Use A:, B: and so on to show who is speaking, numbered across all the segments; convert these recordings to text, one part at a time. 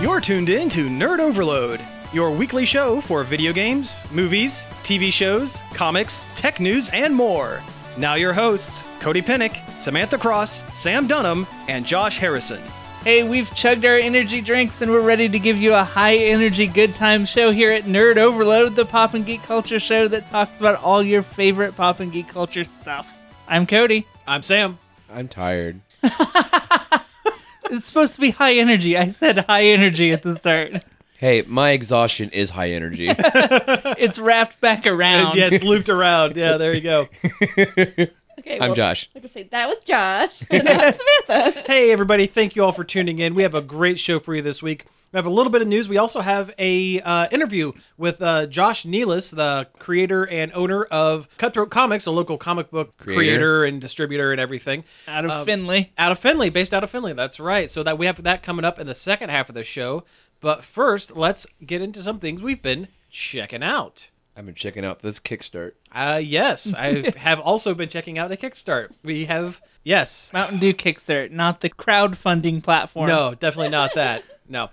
A: You're tuned in to Nerd Overload, your weekly show for video games, movies, TV shows, comics, tech news, and more. Now, your hosts, Cody Pennick, Samantha Cross, Sam Dunham, and Josh Harrison.
B: Hey, we've chugged our energy drinks and we're ready to give you a high energy good time show here at Nerd Overload, the pop and geek culture show that talks about all your favorite pop and geek culture stuff. I'm Cody.
A: I'm Sam.
C: I'm tired.
B: It's supposed to be high energy. I said high energy at the start.
C: Hey, my exhaustion is high energy.
B: It's wrapped back around.
A: Yeah, it's looped around. Yeah, there you go.
D: Okay,
C: I'm Josh.
D: Like I say, that was Josh. And that was Samantha.
A: Hey, everybody. Thank you all for tuning in. We have a great show for you this week. We have a little bit of news. We also have a uh, interview with uh, Josh Nealis, the creator and owner of Cutthroat Comics, a local comic book creator,
C: Creator.
A: and distributor and everything.
B: Out of
A: Um,
B: Finley.
A: Out of Finley, based out of Finley. That's right. So that we have that coming up in the second half of the show. But first, let's get into some things we've been checking out.
C: I've been checking out this Kickstart.
A: Uh, yes, I have also been checking out a Kickstart. We have yes,
B: Mountain Dew Kickstart, not the crowdfunding platform.
A: No, definitely not that. No.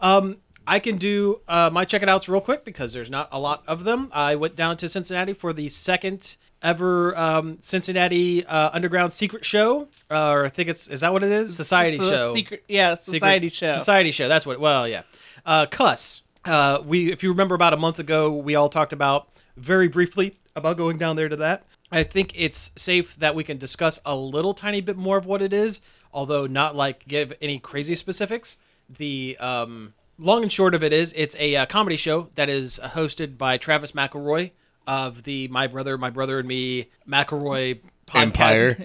A: Um, I can do uh, my check it outs real quick because there's not a lot of them. I went down to Cincinnati for the second ever um, Cincinnati uh, Underground Secret Show, uh, or I think it's is that what it is? Society
B: It's a
A: show.
B: Secret, yeah,
A: Secret-
B: society show.
A: Society show. That's what. Well, yeah. Uh, Cuss. Uh, we, if you remember, about a month ago, we all talked about very briefly about going down there to that. I think it's safe that we can discuss a little tiny bit more of what it is, although not like give any crazy specifics. The um, long and short of it is, it's a uh, comedy show that is uh, hosted by Travis McElroy of the My Brother, My Brother and Me McElroy podcast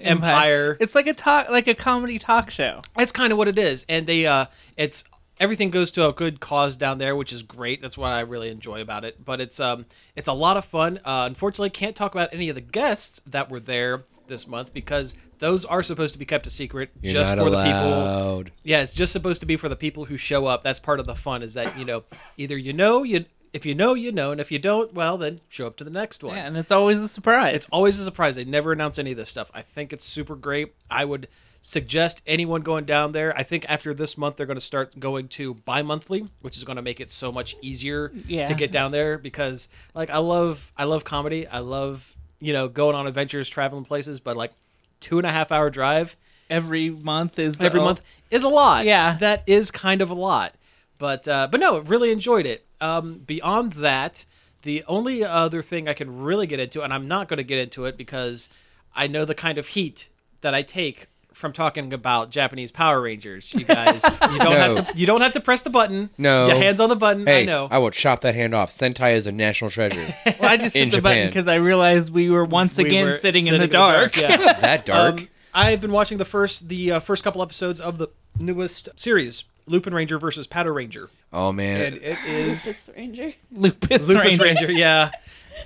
C: Empire.
A: Empire.
B: It's like a talk, like a comedy talk show.
A: that's kind of what it is and they uh it's everything goes to a good cause down there which is great that's what i really enjoy about it but it's um it's a lot of fun uh unfortunately can't talk about any of the guests that were there this month because those are supposed to be kept a secret
C: You're
A: just
C: not
A: for the people
C: allowed.
A: yeah, it's just supposed to be for the people who show up. That's part of the fun is that you know either you know you if you know you know and if you don't well then show up to the next one.
B: Yeah, and it's always a surprise.
A: It's always a surprise. They never announce any of this stuff. I think it's super great. I would suggest anyone going down there. I think after this month, they're going to start going to bi monthly, which is going to make it so much easier
B: Yeah.
A: to get down there because, like, I love, I love comedy. I love, you know, going on adventures, traveling places, but like two and a half hour drive
B: every month is the-
A: every month is a lot.
B: oh. Yeah.
A: that is kind of a lot. But uh, but no, really enjoyed it. Um, beyond that, the only other thing I can really get into, and I'm not going to get into it because I know the kind of heat that I take from talking about Japanese Power Rangers. You guys, you don't
C: No.
A: have to. You don't have to press the button.
C: No.
A: your hands on the button.
C: Hey,
A: I know.
C: I will chop that hand off. Sentai is a national treasure.
B: Well, I just hit
C: in
B: the button
C: Japan.
B: because I realized we were once
A: We
B: again
A: were
B: sitting, in the dark.
A: Yeah.
C: that dark.
A: Um, I've been watching the first the uh, first couple episodes of the newest series, Lupin Ranger versus Powder Ranger,
C: oh man,
A: and it is
D: This ranger.
B: Lupus,
A: Lupus Ranger.
B: Ranger.
A: yeah.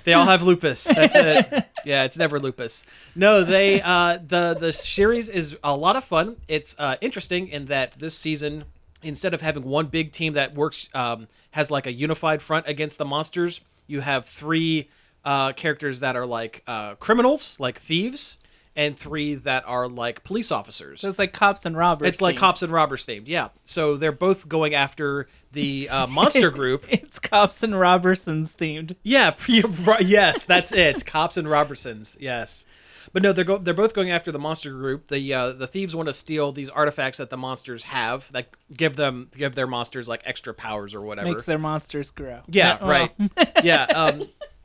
A: They all have lupus. That's it. Yeah, it's never lupus. No, they uh the the series is a lot of fun. It's uh interesting in that this season instead of having one big team that works um has like a unified front against the monsters, you have three uh characters that are like uh criminals, like thieves, and three that are like police officers.
B: So it's like cops and robbers.
A: It's like
B: themed.
A: cops and robbers themed. Yeah. So they're both going after the uh, monster group
B: It's cops and Robertsons themed.
A: yeah, pre- ro- yes, that's it. Cops and Robertsons. Yes. But no, they're go- they're both going after the monster group. The uh, the thieves want to steal these artifacts that the monsters have that give them give their monsters like extra powers or whatever.
B: Makes their monsters grow.
A: Yeah,
B: Uh, well,
A: right. yeah, um,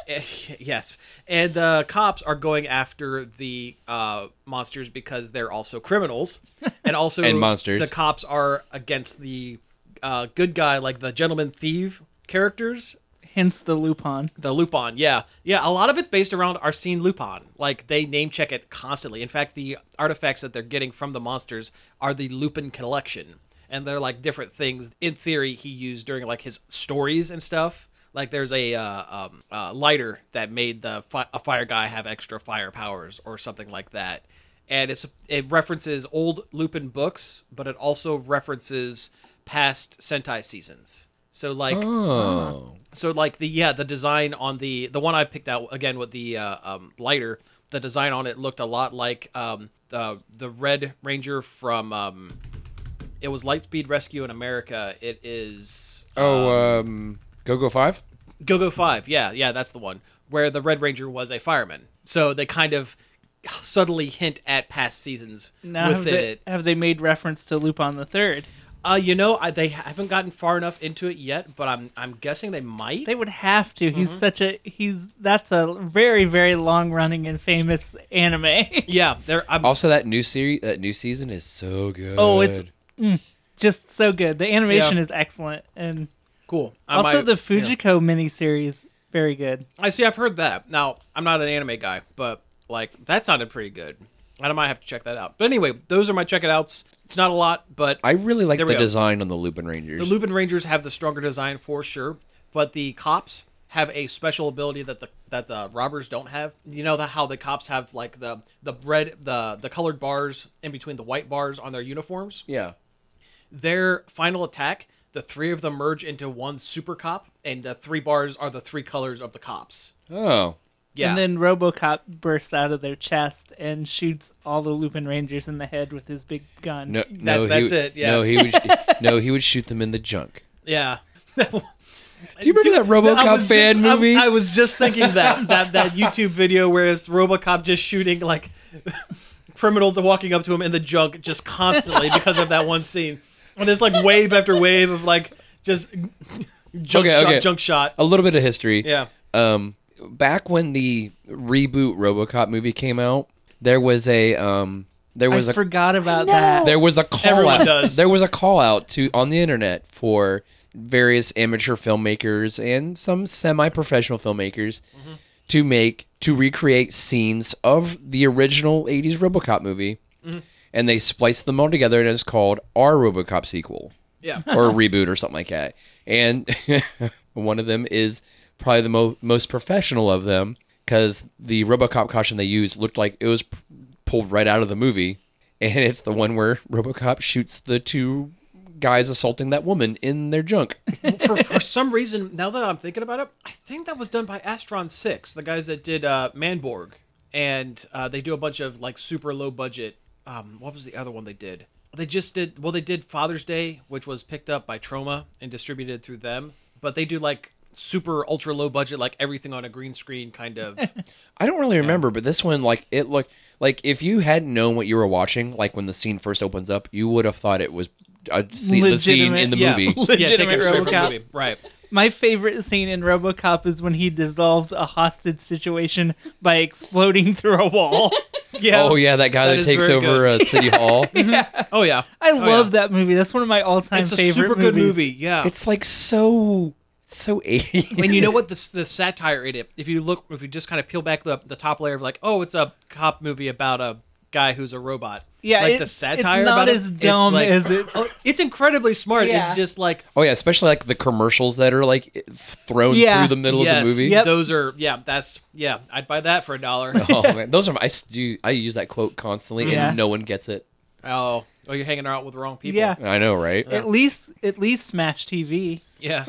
A: eh, yes. And the cops are going after the uh, monsters because they're also criminals, and also
C: And monsters.
A: The cops are against the uh, good guy, like the gentleman thief characters,
B: Hence the Lupin.
A: the Lupin, yeah, yeah. A lot of it's based around Arsene Lupin. Like they name check it constantly. In fact, the artifacts that they're getting from the monsters are the Lupin collection, and they're like different things. In theory, he used during like his stories and stuff. Like there's a uh, um, uh, lighter that made the fi- a fire guy have extra fire powers or something like that, and it's it references old Lupin books, but it also references past Sentai seasons. So like
C: oh,
A: so like the yeah the design on the the one i picked out again with the uh, um, lighter the design on it looked a lot like um, the the red ranger from um, It was Lightspeed Rescue in America. It is
C: Oh, um, Go Go Five.
A: Go Go Five. Yeah, yeah, that's the one where the Red Ranger was a fireman. So they kind of subtly hint at past seasons
B: Now have
A: within
B: they,
A: it.
B: have they made reference to Lupin the Third?
A: Uh, you know, I, they haven't gotten far enough into it yet, but I'm I'm guessing they might.
B: They would have to.
A: Mm-hmm.
B: He's such a he's that's a very very long running and famous anime.
A: yeah, they're. I'm,
C: Also, that new series, that new season is so good.
B: Oh, it's- Just so good. The animation
A: Yeah.
B: is excellent, and
A: cool. I
B: also
A: might-
B: the
A: yeah.
B: Fujiko miniseries very good.
A: I see. I've heard that. Now, I'm not an anime guy, but like that sounded pretty good. And I might have to check that out. But anyway, those are my check it outs. It's not a lot, but
C: I really like
A: There
C: the
A: we go.
C: design on the Lupin Rangers.
A: the Lupin Rangers have the stronger design for sure. But the cops have a special ability that the that the robbers don't have. You know the, how the cops have like the the red the the colored bars in between the white bars on their uniforms.
C: yeah.
A: Their final attack, the three of them merge into one super cop, and the three bars are the three colors of the cops.
C: Oh.
A: Yeah.
B: And then RoboCop bursts out of their chest and shoots all the Lupin Rangers in the head with his big gun.
C: No, no,
A: that's
C: he,
A: it,
C: No, he would. no, he would shoot them in the junk.
A: Yeah.
C: Do you remember that
A: I
C: RoboCop
A: was
C: fan
A: just- I-
C: movie?
A: I, was just thinking that that that YouTube video where it's RoboCop just shooting like criminals are walking up to him in the junk just constantly because of that one scene. And there's like wave after wave of like just junk
C: Okay,
A: shot,
C: okay.
A: junk shot.
C: A little bit of history.
A: Yeah.
C: Um, back when the reboot RoboCop movie came out, there was a um, there
B: I
C: was a
B: forgot about
D: know.
B: that.
C: there was a call
A: Everyone
C: out.
A: does.
C: There was a call out to on the internet for various amateur filmmakers and some semi-professional filmmakers to make to recreate scenes of the original '80s RoboCop movie, and they spliced them all together, and it's called our RoboCop sequel
A: Yeah.
C: or a reboot or something like that. And one of them is probably the mo- most professional of them because the RoboCop costume they used looked like it was p- pulled right out of the movie, and it's the one where RoboCop shoots the two guys assaulting that woman in their junk.
A: For, for some reason, now that I'm thinking about it, I think that was done by Astron Six, the guys that did uh, Manborg, and uh, they do a bunch of like super low budget. Um, what was the other one they did? They just did well. They did Father's Day, which was picked up by Troma and distributed through them. But they do like super ultra low budget, like everything on a green screen kind of.
C: I don't really remember, but this one like it looked like if you hadn't known what you were watching, like when the scene first opens up, you would have thought it was a scene, the scene in the
B: Legitimate.
A: yeah,
C: movie.
A: yeah, take
B: Legitimate
A: it straight from the
B: RoboCop.
A: movie, right?
B: My favorite scene in RoboCop is when he dissolves a hostage situation by exploding through a wall.
A: Yeah.
C: Oh yeah, that guy
A: That
C: that,
A: is
C: takes
A: very
C: over uh, City Hall.
A: Oh yeah.
B: I
A: Oh,
B: love
A: yeah.
B: that movie. That's one of my all-time
A: It's a
B: favorite
A: super good
B: movies.
A: movie. Yeah.
C: It's like so so 80s.
A: and you know what the, the satire in it if you look if you just kind of peel back the, the top layer of like oh it's a cop movie about a guy who's a robot
B: Yeah,
A: like the
B: it's-
A: satire
B: it's not
A: about it,
B: as dumb
A: it's
B: as
A: like,
B: it-
A: oh, it's incredibly smart
D: Yeah.
A: it's just like
C: oh yeah, especially like the commercials that are like thrown
B: Yeah.
C: through the middle
A: yes
C: of the movie.
B: Yep.
A: those are yeah that's yeah i'd buy that for a dollar
C: Oh man, those are my, I s- do I use that quote constantly
B: Yeah.
C: and no one gets it.
A: oh oh you're hanging out with the wrong people
B: Yeah.
C: I know, right?
B: At least, at least Smash TV.
A: yeah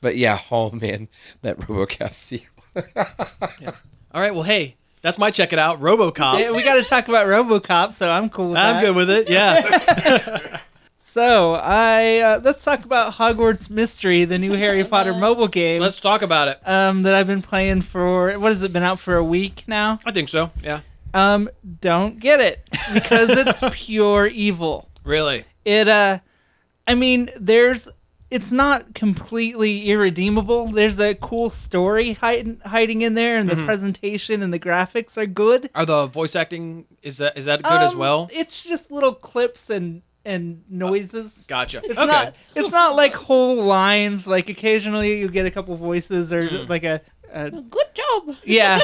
C: But yeah, oh man, that RoboCop sequel.
A: all right well hey that's my check it out robocop
B: Yeah, we got to talk about RoboCop, so I'm cool with that.
A: i'm good with it yeah
B: So I uh, let's talk about Hogwarts Mystery, the new Harry Potter mobile game
A: let's talk about it
B: um, that I've been playing for what has it been out for a week now?
A: i think so yeah
B: Um, don't get it because it's pure evil.
A: really
B: It uh, I mean, there's it's not completely irredeemable. There's a cool story hiding hiding in there,
A: Mm-hmm.
B: and the presentation and the graphics are good.
A: are the voice acting is that is that good as
B: Um,
A: well
B: It's just little clips and and noises.
A: gotcha
B: It's
A: okay
B: not. It's not like whole lines. Like occasionally you get a couple voices or
A: Mm-hmm.
B: like a, a
D: Good job.
B: yeah,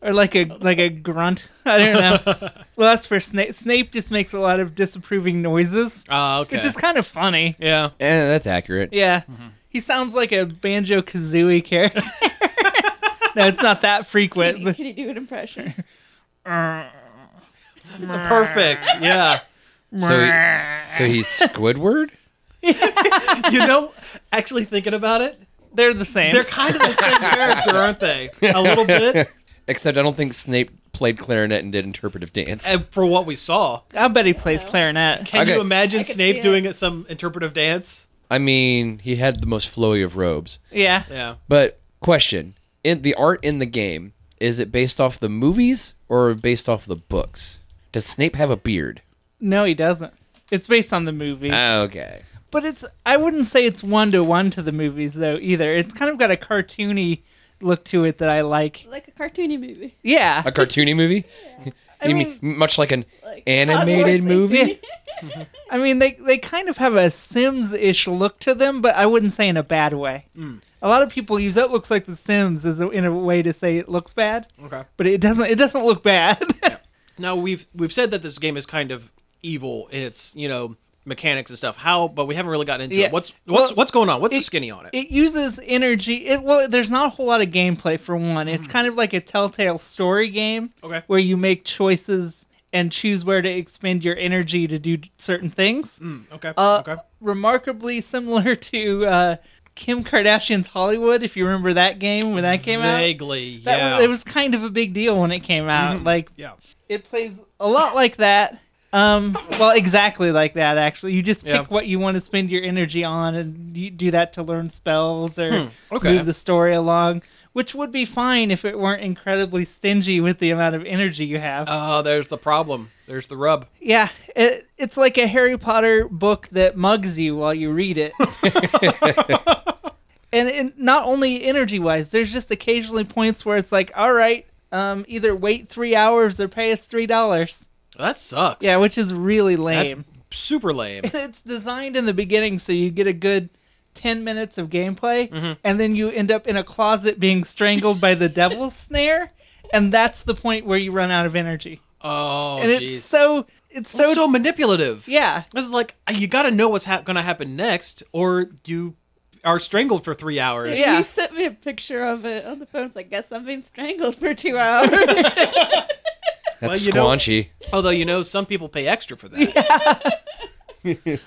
B: or like a like a grunt. I don't know. well, that's for Snape. Snape just makes a lot of disapproving noises,
A: Oh, okay.
B: which is kind of funny.
A: yeah.
C: Eh, that's accurate.
B: Yeah, he sounds like a banjo kazooie character. no, it's not that
D: Can
B: frequent,
D: you,
B: but
D: can you do an impression?
A: Perfect. Yeah.
C: So he- so he's Squidward?
A: You know, actually thinking about it,
B: they're the same.
A: they're kind of the same character, aren't they? A little bit.
C: Except I don't think Snape played clarinet and did interpretive dance.
A: And for what we saw,
B: I bet he plays clarinet.
A: can
C: Okay.
A: you imagine
D: I could see
A: Snape
D: it.
A: doing it some interpretive dance?
C: I mean, he had the most flowy of robes.
B: Yeah.
A: Yeah.
C: But question: In the art in the game, is it based off the movies or based off the books? Does Snape have a beard?
B: No, he doesn't. It's based on the movie.
C: Uh,
A: Oh,
C: Okay.
B: but it's I wouldn't say it's one to one to the movies though either. It's kind of got a cartoony look to it that I like.
D: Like a cartoony movie.
B: Yeah.
C: A cartoony movie? you mean, much like an
D: Like
C: animated
D: Hogwartsy.
C: movie?
B: Yeah. I mean, they they kind of have a Sims-ish look to them, but I wouldn't say in a bad way.
A: Mm.
B: A lot of people use that looks like the Sims as a, in a way to say it looks bad,
A: Okay.
B: but it doesn't. It doesn't look bad.
A: Now we've we've said that this game is kind of evil in its you know mechanics and stuff. How? But we haven't really gotten into
B: Yeah.
A: it. What's what's
B: Well,
A: what's going on? What's the
B: it-
A: skinny on it?
B: it uses energy. It well, there's not a whole lot of gameplay for one. It's kind of like a Telltale story game,
A: Mm. Okay.
B: where you make choices and choose where to expend your energy to do certain things.
A: Mm, okay.
B: Uh,
A: okay.
B: remarkably similar to uh, Kim Kardashian's Hollywood, if you remember that game when that came out.
A: Vaguely.
B: That
A: yeah. Mm-hmm.
B: was, it was kind of a big deal when it came out. Like
A: yeah.
B: it plays a lot like that. Um, well, exactly like that. Actually, you just pick
A: Yeah.
B: what you want to spend your energy on, and you do that to learn spells or
A: Hmm. okay.
B: move the story along, which would be fine if it weren't incredibly stingy with the amount of energy you have.
A: Uh, there's the problem. There's the rub.
B: yeah, it, it's like a Harry Potter book that mugs you while you read it. and it, not only energy wise, there's just occasionally points where it's like, all right, um, either wait three hours or pay us three dollars.
A: That sucks.
B: Yeah, which is really
A: That's
B: lame.
A: super lame.
B: It's designed in the beginning so you get a good. 10 minutes of gameplay,
A: Mm-hmm.
B: and then you end up in a closet being strangled by the devil's snare, and that's the point where you run out of energy.
A: Oh,
B: and it's
A: jeez.
B: so, it's
A: Well,
B: so,
A: so manipulative.
B: yeah.
A: This is like you got to know what's ha- going to happen next, or you are strangled for three hours.
B: Yeah.
D: She sent me a picture of it on the phone. It's like, guess I'm being strangled for two hours.
C: That's
A: you know-
C: squanchy.
A: Although you know some people pay extra for that.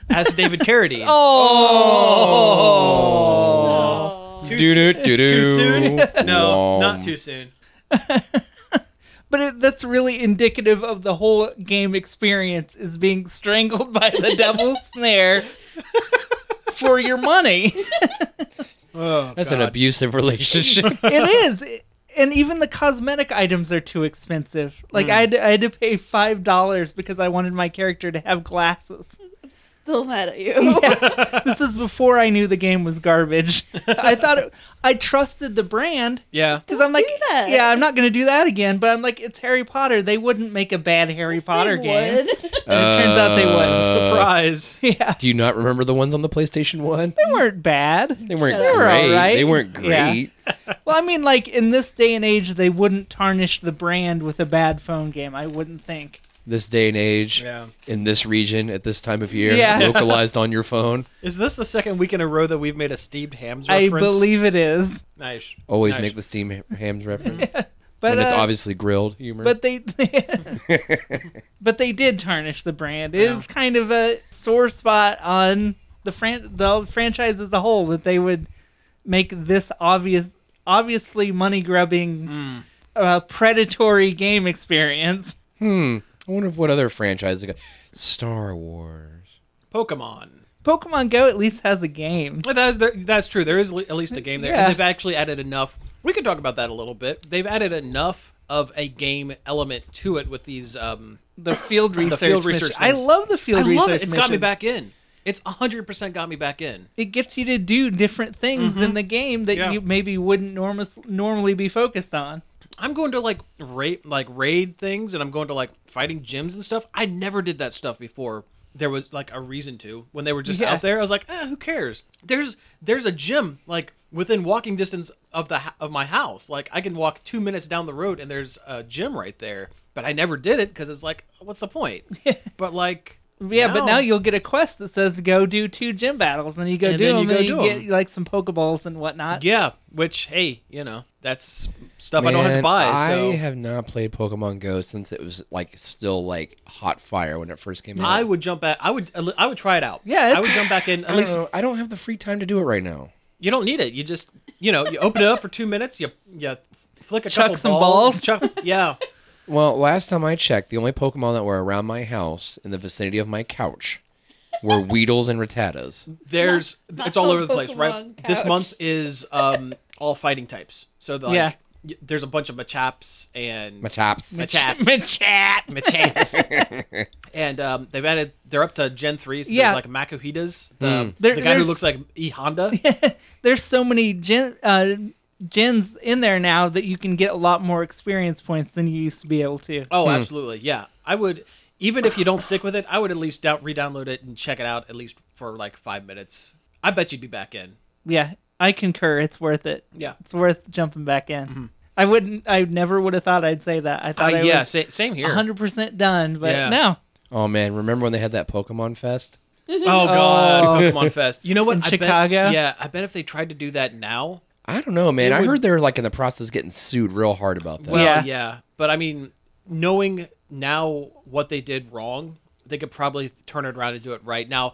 A: As David Carradine.
B: Oh.
D: Oh.
A: Too
C: Do do
A: soon-
C: do do.
A: Too soon? No, not too soon.
B: But it, that's really indicative of the whole game experience is being strangled by the devil's snare for your money.
A: Oh,
C: That's an abusive relationship.
B: It is. It- and even the cosmetic items are too expensive. Like I, had to, I had to pay five dollars because I wanted my character to have glasses.
D: Still mad at you.
B: Yeah. this is before I knew the game was garbage. I thought it, I trusted the brand,
A: Yeah.
B: Because I'm like,
D: do that.
B: yeah, I'm not gonna do that again. But I'm like, it's Harry Potter. They wouldn't make a bad Harry Potter
D: They
B: game.
D: would.
B: And it turns out they wouldn't.
C: Uh,
A: Surprise.
B: Yeah,
C: Do you not remember the ones on the PlayStation One?
B: they weren't bad.
C: They weren't
D: They were
C: great.
B: alright.
C: They weren't
B: Yeah.
C: great.
B: Well, I mean, like in this day and age, they wouldn't tarnish the brand with a bad phone game. I wouldn't think.
C: This day and age,
A: Yeah.
C: in this region, at this time of year,
B: Yeah.
C: localized on your phone,
A: Is this the second week in a row that we've made a steamed hams
B: I
A: reference?
B: believe it is.
A: Nice.
C: always
A: Nice.
C: make the steam ha- hams reference.
B: But
C: and it's
B: uh,
C: obviously grilled humor.
B: But they, but they did tarnish the brand. It is
A: Yeah.
B: kind of a sore spot on the fran- the franchise as a whole that they would make this obvious, obviously money grubbing,
A: Hmm.
B: uh, predatory game experience.
C: hmm. I wonder what other franchise they got. Star Wars.
A: Pokemon.
B: Pokemon Go at least has a game.
A: But That's there- that's true. There is le- at least a game there,
B: Yeah.
A: and they've actually added enough. We could talk about that a little bit. They've added enough of a game element to it with these. Um,
B: The field research.
A: field research
B: mission. I
A: things.
B: love the field
A: I
B: research.
A: love it. It's got me
B: missions.
A: back in. It's hundred percent got me back in.
B: It gets you to do different things in the game that
A: Mm-hmm. Yeah.
B: you maybe wouldn't normis- normally be focused on.
A: I'm going to like raid like raid things, and I'm going to like fighting gyms and stuff. I never did that stuff before. There was like a reason to when they were just
B: Yeah.
A: out there. I was like, eh, who cares? There's there's a gym like within walking distance of the ho- of my house. Like I can walk two minutes down the road, and there's a gym right there. But I never did it because it's like, what's the point? but like,
B: Yeah, but now
A: you
B: you'll get a quest that says go do two gym battles, and you go
A: And
B: do
A: then
B: them,
A: you go
B: and you
A: do
B: get
A: 'em.
B: like some Pokeballs and whatnot.
A: yeah. Which hey, you know that's stuff I don't have to
C: Man,
A: buy.
C: I
A: So
C: have not played Pokemon Go since it was like still like hot fire when it first came out.
A: I would jump back. I would I would try it out.
B: Yeah,
A: I
B: it's-
A: would jump back in
C: I
A: at
C: don't,
A: least.
C: know, I don't have the free time to do it right now.
A: You don't need it. You just, you know, you open it up for two minutes. You, you flick a
B: Chuck
A: couple
B: some
A: balls.
B: balls?
A: Chuck, yeah.
C: Well, last time I checked, the only Pokemon that were around my house in the vicinity of my couch were Weedles and Rattatas.
A: There's
D: It's not
A: it's all
D: called
A: over the place, right?
D: Pokemon
A: This
D: Couch.
A: month is um all fighting types. So the, like,
B: Yeah.
A: y- there's a bunch of Machaps and
C: Machaps.
A: Machaps.
B: Machat.
A: Machaps. and um, they've added they're up to Gen 3, so
B: Yeah.
A: there's like Makuhitas, the,
B: There-
A: the guy who
B: there's-
A: looks like E Honda.
B: There's so many gen, uh, gens in there now that you can get a lot more experience points than you used to be able to.
A: Oh, absolutely. Yeah. I would even if you don't stick with it, I would at least down, re-download it and check it out at least for like 5 minutes. I bet you'd be back in.
B: Yeah, I concur. It's worth it.
A: Yeah. Mm-hmm.
B: It's worth jumping back in. I wouldn't. I never would have thought I'd say that. I
A: Uh,
B: thought I
A: yeah,
B: was
A: sa- same here.
B: 100 percent done, but
A: Yeah. Um,
B: no.
C: Oh man, remember when they had that Pokemon Fest?
A: Oh god, Pokemon Fest. You know what?
B: In
A: I
B: Chicago?
A: Bet, yeah, I bet if they tried to do that now,
C: I don't know, man.
A: It
C: I
A: would-
C: heard they're like in the process of getting sued real hard about that.
A: well,
B: Yeah.
A: yeah. But I mean, knowing now what they did wrong, they could probably turn it around and do it right now.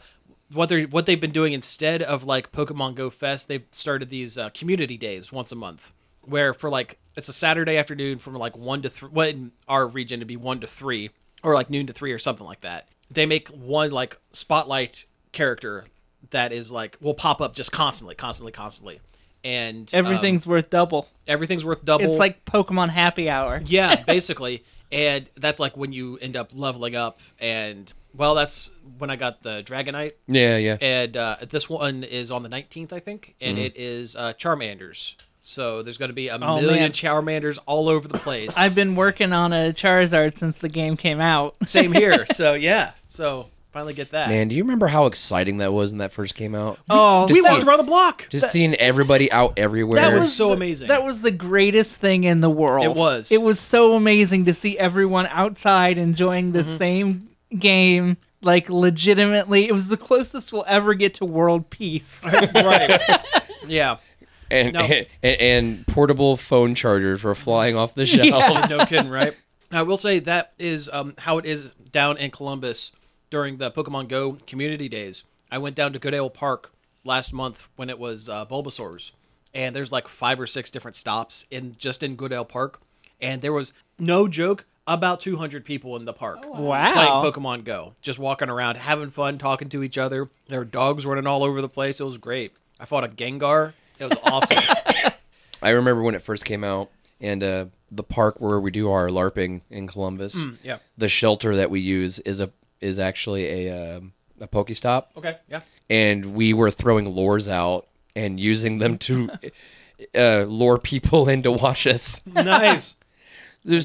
A: What they are what they've been doing instead of like Pokemon Go Fest, they've started these uh, community days once a month, where for like it's a Saturday afternoon from like one to three. Well, in our region, to be one to three, or like noon to three, or something like that. They make one like spotlight character that is like will pop up just constantly, constantly, constantly, and um,
B: Everything's worth double.
A: everything's worth double.
B: It's like Pokemon Happy Hour.
A: Yeah, basically. And that's like when you end up leveling up. And, well, that's when I got the Dragonite.
C: yeah, yeah.
A: And uh, this one is on the 19th, I think. And
C: Mm-hmm.
A: it is uh, Charmander's. So there's going to be a
B: Oh,
A: million
B: man.
A: Charmanders all over the place.
B: I've been working on a Charizard since the game came out.
A: Same here. So, yeah. So finally get that.
C: Man, do you remember how exciting that was when that first came out?
B: Oh,
A: we
C: Just
A: walked
C: see-
A: around the block.
C: Just seeing everybody out everywhere.
A: That was- so
B: the-
A: amazing.
B: That was the greatest thing in the world.
A: It was.
B: It was so amazing to see everyone outside enjoying the same game. Like legitimately, it was the closest we'll ever get to world peace.
A: right. Yeah.
C: and,
A: No.
C: and, and portable phone chargers were flying off the shelves.
A: Oh, no kidding, right? I will say that is um, how it is down in Columbus during the Pokemon Go community days. I went down to Goodale Park last month when it was uh, Bulbasaur's, and there's like five or six different stops in just in Goodale Park, and there was no joke about 200 people in the park playing
B: wow.
A: Pokemon Go, just walking around, having fun, talking to each other. There were dogs running all over the place. It was great. I fought a Gengar. It was awesome.
C: I remember when it first came out, and uh, the park where we do our LARPing in Columbus.
A: Mm, yeah.
C: The shelter that we use is a is actually a um, a Pokestop,
A: Okay. Yeah.
C: and we were throwing lures out and using them to uh, lure people in to watch
A: Mm,
C: us.
A: Nice.
C: It was-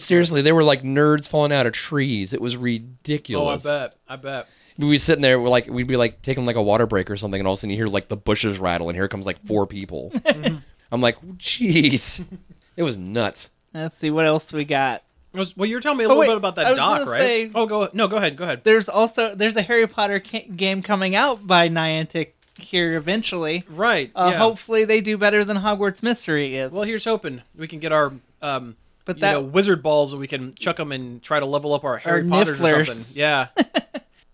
C: Seriously, they were like nerds falling out of trees. It was
A: oh, I
C: ridiculous.
A: bet. I bet.
C: We'd be sitting there, we're like we'd be like taking like a water break or something, and all of a sudden you hear like the bushes rattle, and here comes like four people.
B: Mm-hmm.
C: I'm like, jeez, it was nuts.
B: Let's see what else we got.
A: It was- well, you were telling me a little
B: Oh, wait,
A: bit about
B: I
A: that
B: was
A: doc,
B: gonna
A: right?
B: say-
A: oh, go no, go ahead, go ahead.
B: There's also there's a Harry Potter ca- game coming out by Niantic here eventually.
A: Right.
B: Uh,
A: yeah.
B: Hopefully they do better than Hogwarts Mystery is.
A: well, here's hoping we can get our um,
B: But
A: you
B: that-
A: know, wizard balls and we can chuck them and try to level up our Harry Potters
B: nifflers.
A: or something. Yeah.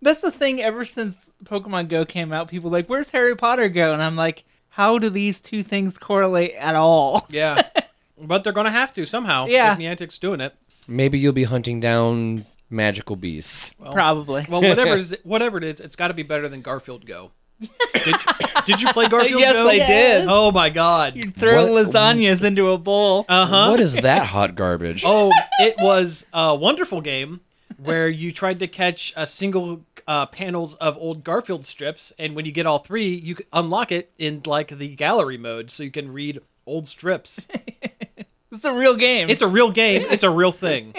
B: That's the thing. Ever since Pokemon Go came out, people are like, "Where's Harry Potter go?" And I'm like, "How do these two things correlate at all?"
A: Yeah. but they're gonna have to somehow.
B: Yeah.
A: If Niantic's doing it.
C: Maybe you'll be hunting down magical beasts.
B: Probably.
A: Well, whatever's whatever it is, it's got to be better than Garfield Go. Did, did you play Garfield
B: yes,
A: Go?
B: I did.
D: Yes.
A: Oh my God.
B: You'd throw
C: What-
B: lasagnas into a bowl.
A: Uh huh.
C: What is that hot garbage?
A: Oh, it was a wonderful game where you tried to catch a single uh, panels of old Garfield strips, and when you get all three, you c- unlock it in like the gallery mode, so you can read old strips.
B: it's a real game.
A: It's a real game. It's a real thing.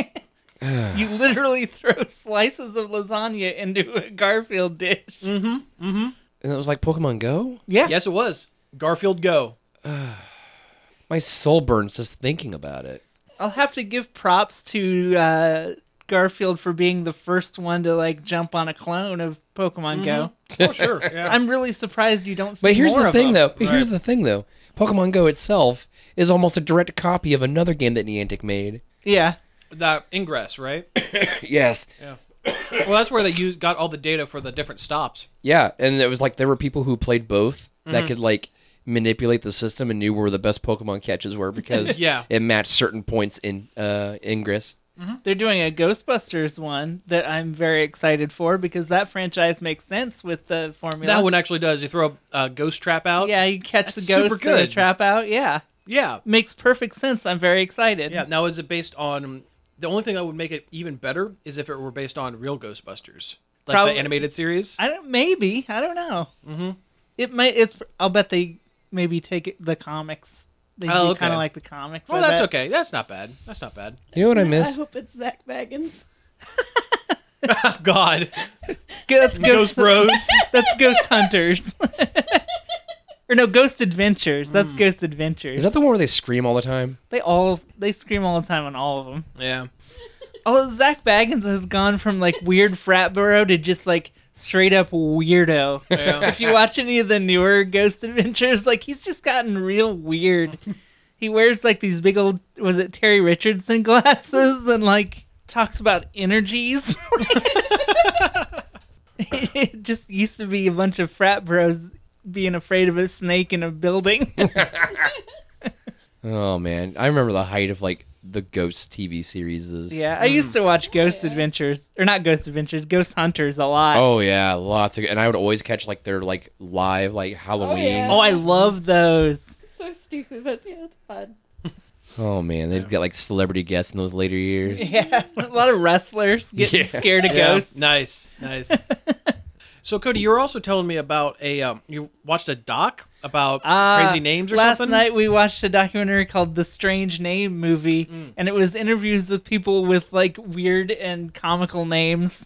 B: you literally throw slices of lasagna into a Garfield dish.
C: And it was like Pokemon Go?
B: Yeah.
A: Yes, it was Garfield Go.
C: My soul burns just thinking about it.
B: I'll have to give props to uh, Garfield for being the first one to like jump on a clone of Pokemon Go.
A: Oh sure. Yeah.
B: I'm really surprised you don't. See
C: But here's
B: more
C: the
B: of
C: thing
B: them.
C: though. But here's the thing though. Pokemon Go itself is almost a direct copy of another game that Niantic made.
B: Yeah.
A: That ingress, right?
C: Yes.
A: Well, that's where they used got all the data for the different stops.
C: Yeah, and it was like there were people who played both that could like manipulate the system and knew where the best Pokemon catches were because
A: Yeah.
C: it matched certain points in uh, Ingress.
B: They're doing a Ghostbusters one that I'm very excited for because that franchise makes sense with the formula.
A: That one actually does. You throw a uh, ghost trap out.
B: yeah, you catch the
A: That's
B: ghost
A: super
B: throw the
A: good.
B: trap out. Yeah,
A: Yeah.
B: makes perfect sense. I'm very excited.
A: Yeah. Now, is it based on. The only thing that would make it even better is if it were based on real Ghostbusters, like
B: Probably-
A: the animated series.
B: I don't. Maybe I don't know. Mm-hmm. It might. It's. I'll bet they maybe take it, the comics. They
A: Oh,
B: do
A: okay.
B: kind of like the comics.
A: Well,
B: I
A: that's
B: bet.
A: okay. That's not bad. That's not bad.
C: You know what I miss?
D: hope it's Zach Baggins.
A: God,
B: Go- That's Ghost.
A: Ghost Bros.
B: that's Ghost Hunters. or no, Ghost Adventures.
A: Hmm.
B: That's Ghost Adventures.
C: Is that the one where they scream all the time?
B: they all they scream all the time on all of them.
A: Yeah.
B: Although Zach Baggins has gone from like weird frat bro to just like straight up weirdo.
A: Yeah.
B: if you watch any of the newer Ghost Adventures, like he's just gotten real weird. He wears like these big old was it Terry Richardson glasses and like talks about energies. it just used to be a bunch of frat bros being afraid of a snake in a building.
C: Oh man, I remember the height of like the Ghost TV series.
B: yeah, I used to watch Ghost Adventures or not Ghost Adventures, Ghost Hunters a lot.
C: Oh yeah, lots of, and I would always catch like their like live like Halloween.
B: Oh,
C: Oh,
D: yeah.
B: I love those.
D: So stupid, but yeah, it's fun.
C: Oh, man, they'd get like celebrity guests in those later years.
B: Yeah, a lot of wrestlers getting
C: Yeah.
B: scared of
A: Yeah.
B: ghosts.
A: Nice, nice. so, Cody, you were also telling me about a um, you watched a doc about
B: Ah,
A: crazy names or
B: last
A: something.
B: night we watched a documentary called The Strange Name Movie,
A: Mm.
B: and it was interviews with people with like weird and comical names.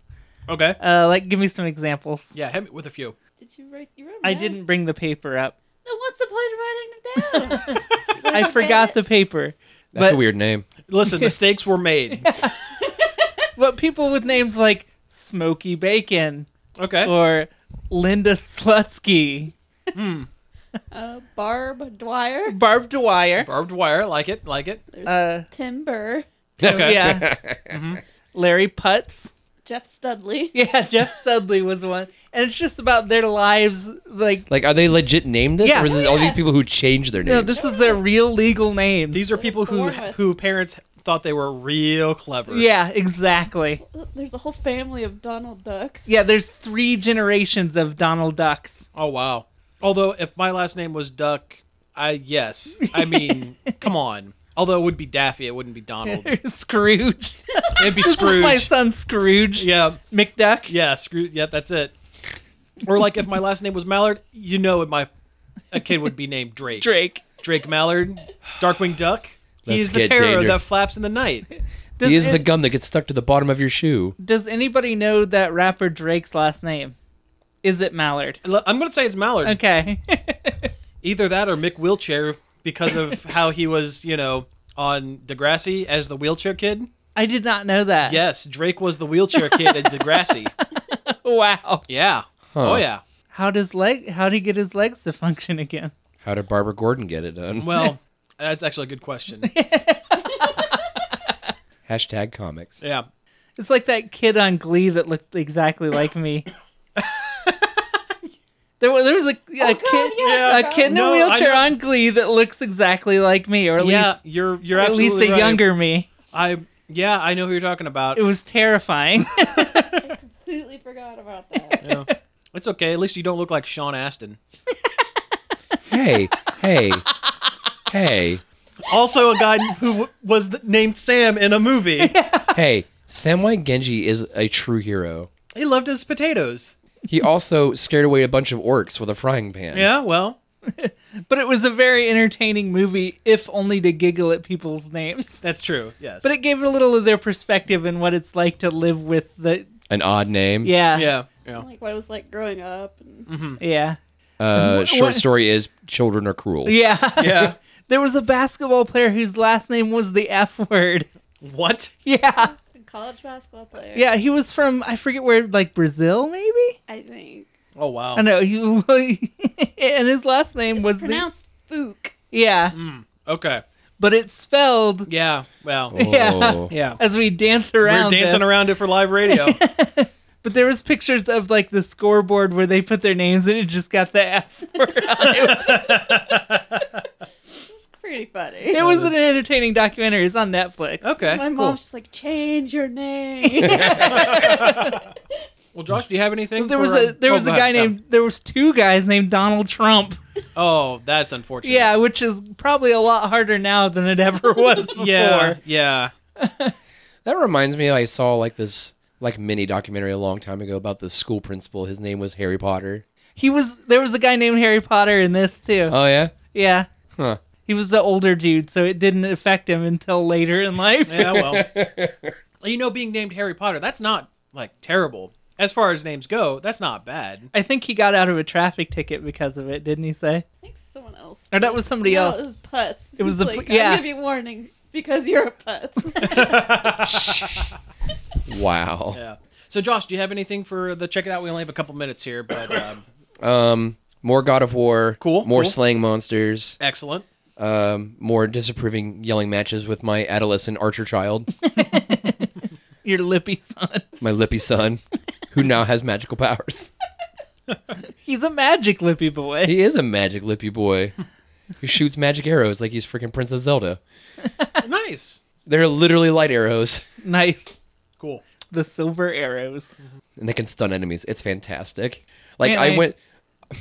A: Okay,
B: Uh, like, give me some examples.
A: yeah, hit me with a few.
D: Did you write? You wrote.
B: I
D: them
B: didn't bring the paper up.
D: down. Then what's the point of writing them down?
B: I forgot the paper.
C: That's
B: But-
C: a weird name.
A: Listen, mistakes were made.
B: But people with names like Smokey Bacon
A: Okay,
B: or Linda Slutsky,
D: Uh, Barb Dwyer,
B: Barb Dwyer,
A: barbed wire, like it, like it.
D: there's
B: uh,
D: Tim Burr,
A: Okay.
B: yeah, Larry Putz.
D: Jeff Studley.
B: Yeah, Jeff Studley was one, and it's just about their lives. Like,
C: Like, are they legit named this,
B: Yeah.
C: or is it all these people who change their names?
B: no, this is their real legal names.
A: These are people who
D: Born with.
A: who parents thought they were real clever.
B: yeah, exactly.
D: There's a whole family of Donald Ducks.
B: Yeah, there's three generations of Donald Ducks.
A: Oh wow. Although, if my last name was Duck, I yes, I mean, come on. Although it would be Daffy, it wouldn't be Donald.
B: Scrooge.
A: It'd be
B: This is
A: Oh. Scrooge.
B: my son Scrooge.
A: Yeah.
B: McDuck.
A: Yeah, screw. Yeah, that's it. Or like if my last name was Mallard, you know, it my a kid would be named Drake.
B: Drake.
A: Drake Mallard, Darkwing Duck.
C: Let's
A: He's the
C: get
A: terror
C: danger.
A: that flaps in the night.
B: Does,
C: he is the
B: an-
C: gum that gets stuck to the bottom of your shoe.
B: does anybody know that rapper Drake's last name? Is it Mallard?
A: L- I'm gonna say it's Mallard.
B: Okay.
A: Either that or Mick Wheelchair because of how he was, you know, on Degrassi as the wheelchair kid.
B: I did not know that.
A: Yes, Drake was the wheelchair kid in Degrassi.
B: Wow.
A: Yeah.
C: Huh.
A: Oh yeah.
B: How does leg? How do you get his legs to function again?
C: How did Barbara Gordon get it done?
A: Well, that's actually a good question.
C: Hashtag comics.
A: Yeah.
B: It's like that kid on Glee that looked exactly like me. there was there was a, a
D: God,
B: kid
D: yeah,
B: a kid in
A: no,
B: a
A: I
B: wheelchair
A: know.
B: on Glee that looks exactly like me, or at
A: Yeah,
B: least
A: you're you're
B: at least
A: absolutely
B: a
A: right.
B: younger me.
A: I yeah, I know who you're talking about.
B: It was terrifying.
D: Completely forgot about that.
A: Yeah. It's okay. At least you don't look like Sean Astin.
C: Hey, hey, hey,
A: Also, a guy who w- was th- named Sam in a movie.
C: hey. Samwise Genji is a true hero.
A: He loved his potatoes.
C: He also scared away a bunch of orcs with a frying pan.
A: Yeah, well,
B: but it was a very entertaining movie, if only to giggle at people's names.
A: that's true. Yes.
B: But it gave a little of their perspective and what it's like to live with the
C: An odd name.
B: yeah Mm-hmm.
A: yeah, yeah.
D: like what it was like growing up. And
B: yeah
C: Uh,
B: What-
C: short
B: what-
C: story is children are cruel.
B: yeah
A: Yeah.
B: There was a basketball player whose last name was the F word.
A: What?
B: Yeah.
D: college basketball player.
B: Yeah, he was from I forget where, like Brazil, maybe.
D: I think
A: Oh
B: I
A: wow.
B: know he, and his last name
D: it's
B: was the-
D: pronounced Fook.
B: yeah,
A: Mm. Okay.
B: but it's spelled
A: Yeah. Well.
C: Oh.
B: Yeah.
A: Yeah.
B: as we dance around.
A: We're dancing
B: this.
A: around it for live radio.
B: But there was pictures of like the scoreboard where they put their names and it just got the F word.
D: It's pretty funny.
B: It was an entertaining documentary. It's on Netflix.
A: Okay.
D: My
A: cool.
D: mom's just like, change your name.
A: Well, Josh, do you have anything?
B: There
A: for,
B: was a
A: um,
B: there
A: oh,
B: was a
A: go
B: guy
A: ahead, go.
B: named there was two guys named Donald Trump.
A: Oh, that's unfortunate.
B: Yeah, which is probably a lot harder now than it ever was before.
A: Yeah. Yeah.
C: That reminds me, I saw like this like mini documentary a long time ago about this school principal. His name was Harry Potter.
B: He was there was a guy named Harry Potter in this too.
C: Oh yeah,
B: yeah.
C: huh?
B: He was the older dude, so it didn't affect him until later in life.
A: Yeah. Well, you know, being named Harry Potter, that's not like terrible as far as names go. That's not bad.
B: I think he got out of a traffic ticket because of it, didn't he say?
D: I think someone else.
B: Or that was somebody
D: no,
B: else.
D: It was Putz.
B: It was
D: He's
B: the-
D: like,
B: yeah.
D: I'll give you warning because you're a Putz.
C: Wow.
A: Yeah. So, Josh, do you have anything for the check it out? We only have a couple minutes here, but um,
C: Um, more God of War.
A: Cool,
C: More
A: cool.
C: slaying monsters.
A: excellent.
C: Um, more disapproving yelling matches with my adolescent archer child,
B: Your lippy son.
C: my lippy son, who now has magical powers.
B: He's a magic lippy boy.
C: He is a magic lippy boy who shoots magic arrows like he's freaking Princess Zelda.
A: nice.
C: They're literally light arrows,
B: nice.
A: Cool.
B: The silver arrows.
C: and they can stun enemies. It's fantastic. Like
B: Man,
C: I,
B: I-
C: went,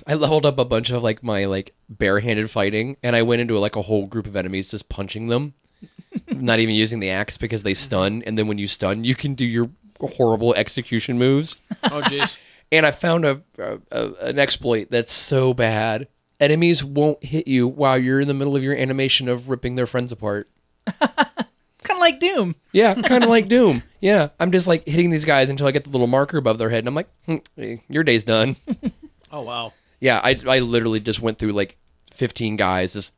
C: I leveled up a bunch of like my like barehanded fighting, and I went into like a whole group of enemies just punching them, not even using the axe because they stun. And then when you stun, you can do your horrible execution moves.
A: Oh, jeez.
C: And I found a, a, a an exploit that's so bad. Enemies won't hit you while you're in the middle of your animation of ripping their friends apart.
B: Kind of like Doom.
C: Yeah, kind of like Doom. Yeah, I'm just like hitting these guys until I get the little marker above their head, and I'm like, hmm, eh, "Your day's done."
A: Oh, wow.
C: yeah, I, I literally just went through like 15 guys, just,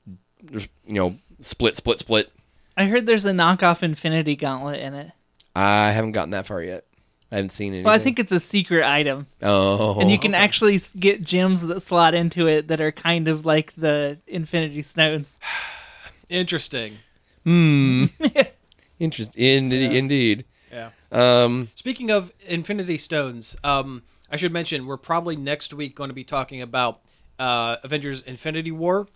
C: just you know, split, split, split.
B: I heard there's a knockoff Infinity Gauntlet in it.
C: I haven't gotten that far yet. I haven't seen anything.
B: Well, I think it's a secret item,
C: Oh,
B: and you can actually s- get gems that slot into it that are kind of like the Infinity Stones.
A: Interesting.
C: interest in, indeed.
A: Yeah.
C: Um,
A: Speaking of Infinity Stones, um, I should mention we're probably next week going to be talking about uh, Avengers Infinity War.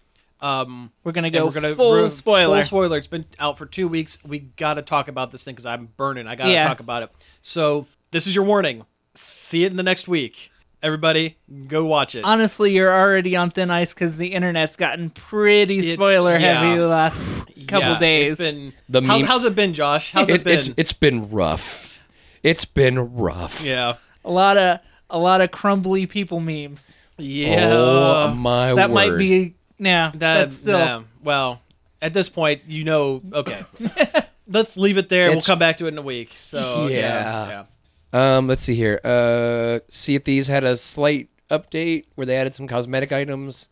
A: Um,
B: We're gonna
A: and
B: go
A: we're gonna
B: full
A: we're-
B: spoiler.
A: Full spoiler. It's been out for two weeks. We got to talk about this thing because I'm burning. I got to
B: Yeah.
A: talk about it. So this is your warning. See it in the next week. Everybody, go watch it.
B: Honestly, you're already on thin ice because the internet's gotten pretty
A: It's-
B: spoiler heavy
A: yeah.
B: the last couple
A: Yeah,
B: days.
A: It's been
C: The
A: how's,
C: meme-
A: how's it been, Josh? How's it,
C: it,
A: been?
C: it's it's been rough. It's been rough.
A: yeah,
B: a lot of a lot of crumbly people memes.
A: yeah.
C: Oh my
B: that
C: word!
B: might be now.
A: That-
B: that's still
A: yeah, well, at this point, you know. Okay, let's leave it there. we'll
C: It's-
A: come back to it in a week. So yeah,
C: Yeah.
A: yeah.
C: Um, let's see here. Uh, see if these had a slight update where they added some cosmetic items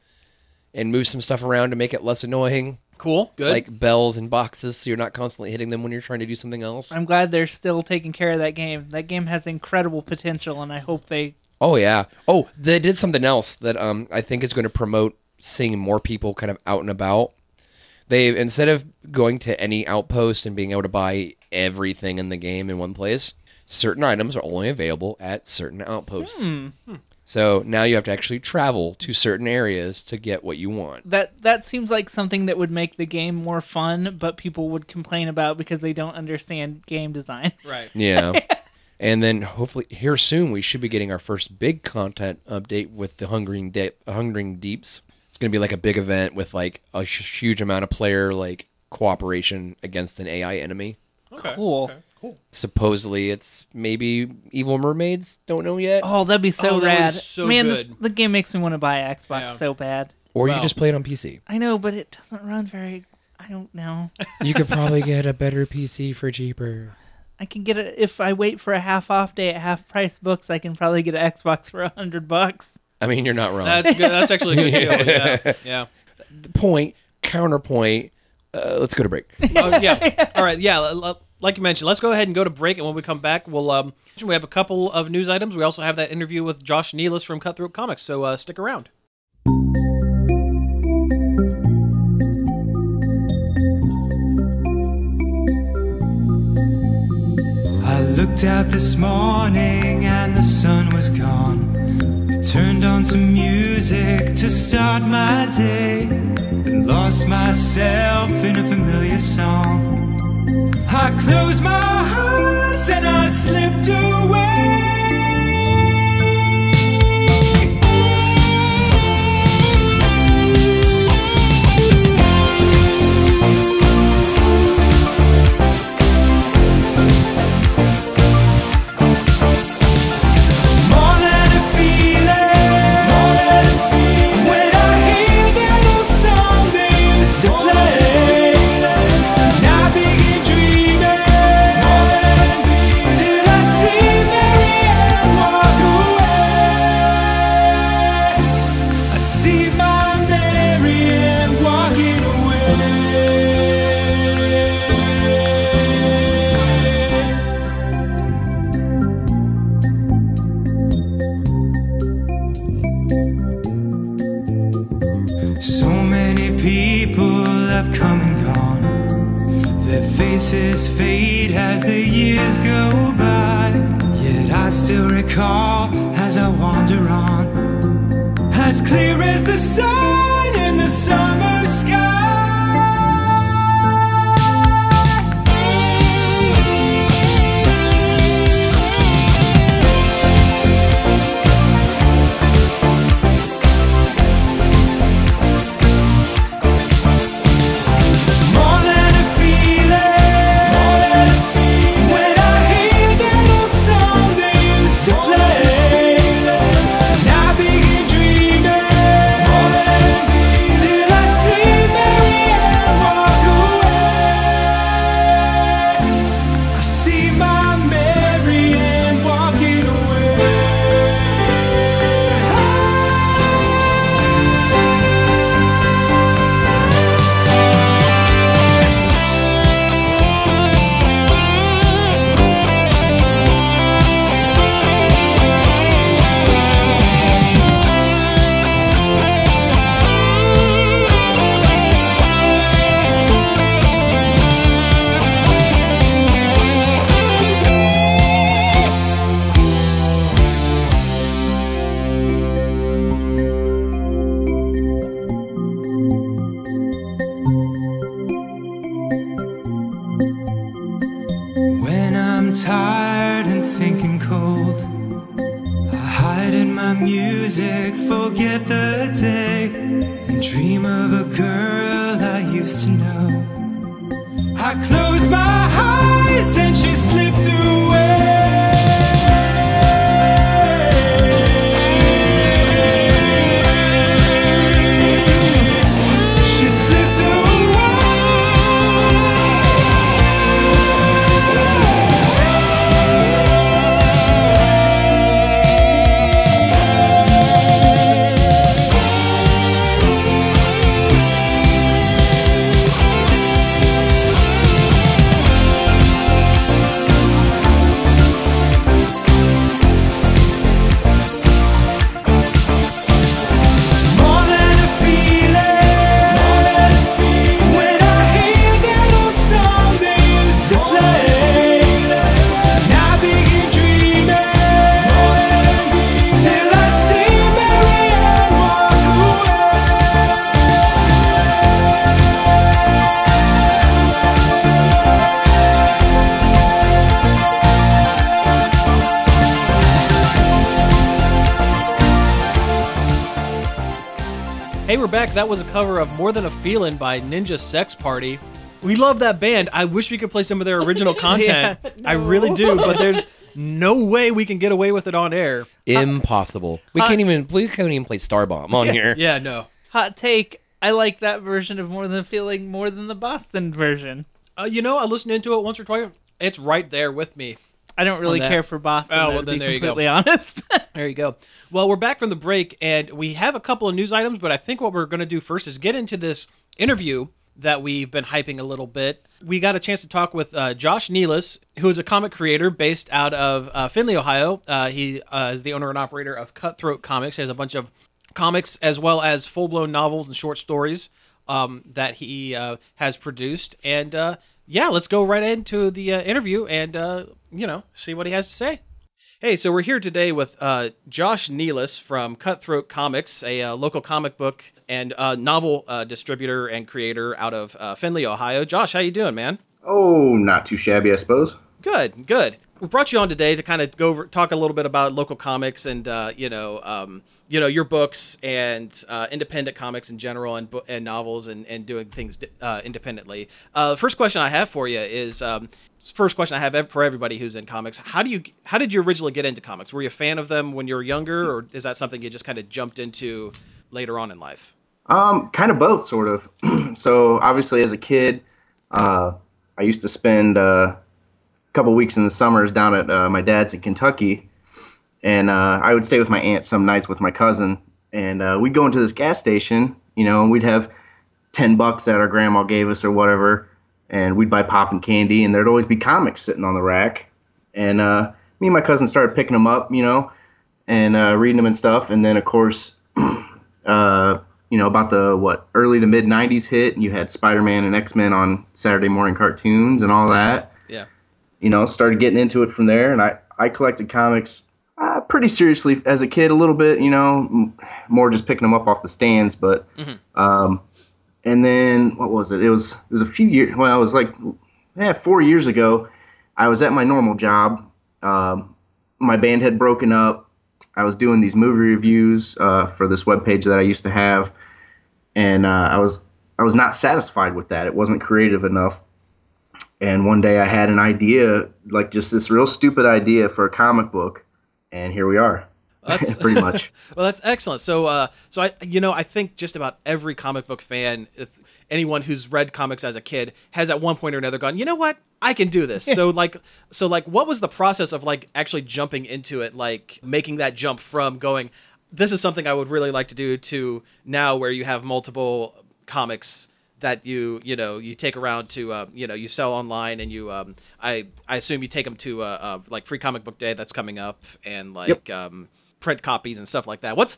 C: and moved some stuff around to make it less annoying.
A: cool, good.
C: like bells and boxes so you're not constantly hitting them when you're trying to do something else.
B: I'm glad they're still taking care of that game. That game has incredible potential, and I hope they.
C: Oh yeah. Oh, they did something else that um I think is going to promote seeing more people kind of out and about. They instead of going to any outpost and being able to buy everything in the game in one place, certain items are only available at certain outposts. So now you have to actually travel to certain areas to get what you want.
B: That that seems like something that would make the game more fun, but people would complain about because they don't understand game design.
A: Right.
C: Yeah. and then hopefully here soon we should be getting our first big content update with the Hungering De- Hungering Deeps. It's going to be like a big event with like a sh- huge amount of player like cooperation against an AI enemy.
A: Okay.
B: Cool.
A: Cool.
C: Supposedly it's maybe evil mermaids, don't know yet.
B: Oh, that'd be so
A: Oh, that would be
B: rad!
A: so
B: Man,
A: good.
B: The, the game makes me want to buy an Xbox
A: Yeah.
B: so bad.
C: or you
A: wow.
C: could just play it on PC.
B: I know, but it doesn't run very. I don't know.
C: You could probably get a better PC for cheaper.
B: I can get it if I wait for a half off day at half price books. I can probably get an Xbox for a hundred bucks.
C: I mean, you're not wrong.
A: That's good. That's actually a good deal. Yeah. Yeah.
C: Point, counterpoint. Uh, let's go to break.
A: Oh, yeah. All right. Yeah. l- l- Like you mentioned, let's go ahead and go to break, and when we come back, we'll um, we have a couple of news items. We also have that interview with Josh Nealis from Cutthroat Comics, so uh, stick around.
E: I Looked out this morning and the sun was gone. Turned on some music to start my day. Then lost myself in a familiar song. I closed my eyes and I slipped away. It's more than a feeling, more than a feeling. When I hear that old song they used to play, and I begin dreaming, more than a dream, till I see Mary Ann walk away. I see my Mary Ann walking away. So many people have come and gone. Their faces fade as the years go by. Yet I still recall as I wander on, as clear as the sun in the summer sky. It's more than a feeling, more than a feeling. When I hear that old song they used to play, and I begin dreaming, more than a dream, till I see Mary Ann walk away. I see my Mary Ann walking away. When I'm tired and thinking cold, I hide in my music, forget the day, and dream of a girl I used to know. I close my eyes and she slipped away. She slipped away. More than a feeling, more than a feeling. When I hear that old song they used to play, and I begin dreaming, more than a dream, till I see Mary Ann walk away.
A: Hey, we're back. That was a cover of More Than a Feelin' by Ninja Sex Party. We love that band. I wish we could play some of their original content.
B: but
A: I really do, but there's no way we can get away with it on air.
C: Uh, Impossible. We can't even we can't even play Starbomb on here.
A: Yeah, no.
B: Hot take. I like that version of More Than a Feeling more than the Boston version.
A: Uh, you know, I listened into it once or twice. It's right there with me.
B: I don't really
A: that.
B: care for Boston.
A: Oh,
B: Oh,
A: well,
B: well, to
A: then
B: be
A: there you go.
B: completely honest.
A: There you go. Well, we're back from the break, and we have a couple of news items, but I think what we're going to do first is get into this interview that we've been hyping a little bit. We got a chance to talk with uh, Josh Nealis, who is a comic creator based out of uh, Findlay, Ohio. Uh, he uh, is the owner and operator of Cutthroat Comics. He has a bunch of comics as well as full blown novels and short stories um, that he uh, has produced. And uh, yeah, let's go right into the uh, interview and uh, you know see what he has to say. Hey, so we're here today with uh, Josh Nealis from Cutthroat Comics, a uh, local comic book and uh, novel uh, distributor and creator out of uh, Findlay, Ohio. Josh, how you doing, man?
F: Oh, not too shabby, I suppose.
A: Good, good. We brought you on today to kind of go over, talk a little bit about local comics and uh, you know, um, you know, your books and uh, independent comics in general, and bo- and novels, and and doing things di- uh, independently. Uh, the first question I have for you is um, first question I have ev- for everybody who's in comics. How do you how did you originally get into comics? Were you a fan of them when you were younger, or is that something you just kind of jumped into later on in life?
F: Um, kind of both, sort of. so obviously, as a kid, uh, I used to spend uh, a couple weeks in the summers down at uh, my dad's in Kentucky, and uh, I would stay with my aunt some nights with my cousin, and uh, we'd go into this gas station, you know, and we'd have ten bucks that our grandma gave us or whatever, and we'd buy pop and candy, and there'd always be comics sitting on the rack, and uh, me and my cousin started picking them up, you know, and uh, reading them and stuff, and then of course. uh, you know, about the what early to mid '90s hit, and you had Spider-Man and X-Men on Saturday morning cartoons and all that.
A: Yeah.
F: You know, started getting into it from there, and I I collected comics uh, pretty seriously as a kid, a little bit, you know, m- more just picking them up off the stands, but. Um, and then what was it? It was it was a few years. Well, it was like yeah, four years ago. I was at my normal job. Um, my band had broken up. I was doing these movie reviews uh, for this webpage that I used to have, and uh, I was I was not satisfied with that. It wasn't creative enough. And one day I had an idea, like just this real stupid idea for a comic book, and here we are.
A: That's
F: Pretty much.
A: well, that's excellent. So, uh, so I, you know, I think just about every comic book fan, if anyone who's read comics as a kid, has at one point or another gone, you know what, I can do this. so, like, so like, what was the process of like actually jumping into it, like making that jump from going, this is something I would really like to do, to now where you have multiple comics that you you know you take around to uh, you know you sell online and you um, I I assume you take them to uh, uh, like free comic book day that's coming up and like um, print copies and stuff like that. What's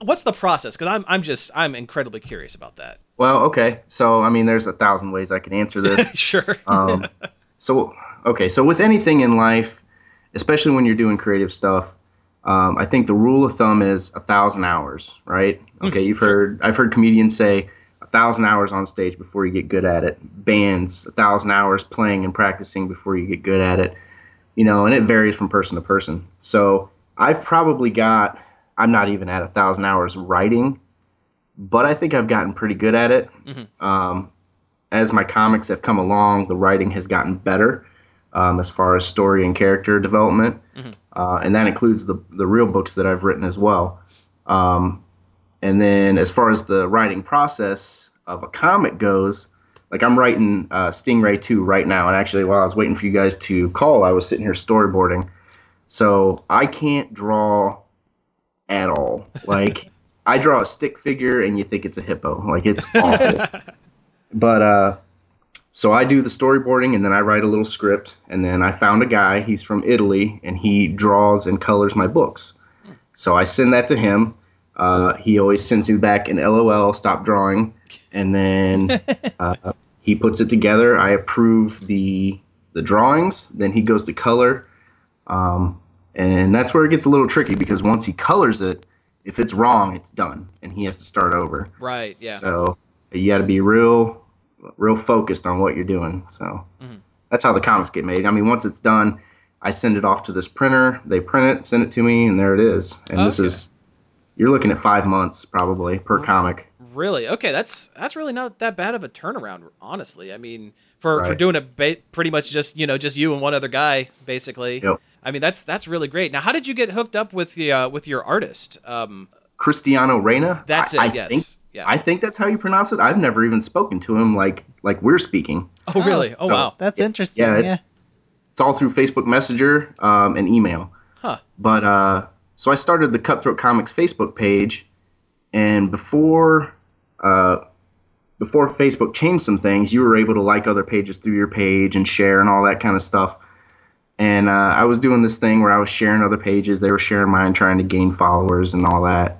A: what's the process? Because I'm I'm just I'm incredibly curious about that.
F: Well, okay. So I mean, there's a thousand ways I could answer this.
A: Sure.
F: um, so okay so with anything in life especially when you're doing creative stuff um, i think the rule of thumb is a thousand hours right okay you've heard i've heard comedians say a thousand hours on stage before you get good at it bands a thousand hours playing and practicing before you get good at it you know and it varies from person to person so i've probably got i'm not even at a thousand hours writing but i think i've gotten pretty good at it um, as my comics have come along, the writing has gotten better um, as far as story and character development, uh, and that includes the the real books that I've written as well. Um, and then as far as the writing process of a comic goes, like I'm writing uh, Stingray 2 right now, and actually while I was waiting for you guys to call, I was sitting here storyboarding. So I can't draw at all. Like I draw a stick figure, and you think it's a hippo. Like it's awful but uh so I do the storyboarding and then I write a little script and then I found a guy, he's from Italy and he draws and colors my books. So I send that to him. Uh, he always sends me back an LOL, stop drawing, and then uh, he puts it together. I approve the the drawings, then he goes to color. Um, and that's where it gets a little tricky because once he colors it, if it's wrong, it's done and he has to start over.
A: right. Yeah.
F: So you got to be real, real focused on what you're doing. So
A: Mm-hmm.
F: that's how the comics get made. I mean, once it's done, I send it off to this printer. They print it, send it to me, and there it is. And this
A: Okay. Mm-hmm.
F: is, you're looking at five months probably per comic.
A: Really? Okay. That's that's really not that bad of a turnaround, honestly. I mean, for for
F: Right.
A: doing it ba- pretty much just you know just you and one other guy basically.
F: Yep.
A: I mean, that's that's really great. Now, how did you get hooked up with the uh, with your artist? Um,
F: Cristiano Reyna.
A: that's it.
F: I, I
A: yes.
F: Think,
A: yeah.
F: I think that's how you pronounce it. I've never even spoken to him like like we're speaking.
A: oh, really? Oh,
F: so-
A: wow.
B: That's interesting.
F: yeah, it's
B: yeah.
F: it's all through Facebook Messenger um, and email.
A: Huh.
F: But uh, so I started the Cutthroat Comics Facebook page, and before uh, before Facebook changed some things, you were able to like other pages through your page and share and all that kind of stuff. And uh, I was doing this thing where I was sharing other pages, they were sharing mine, trying to gain followers and all that.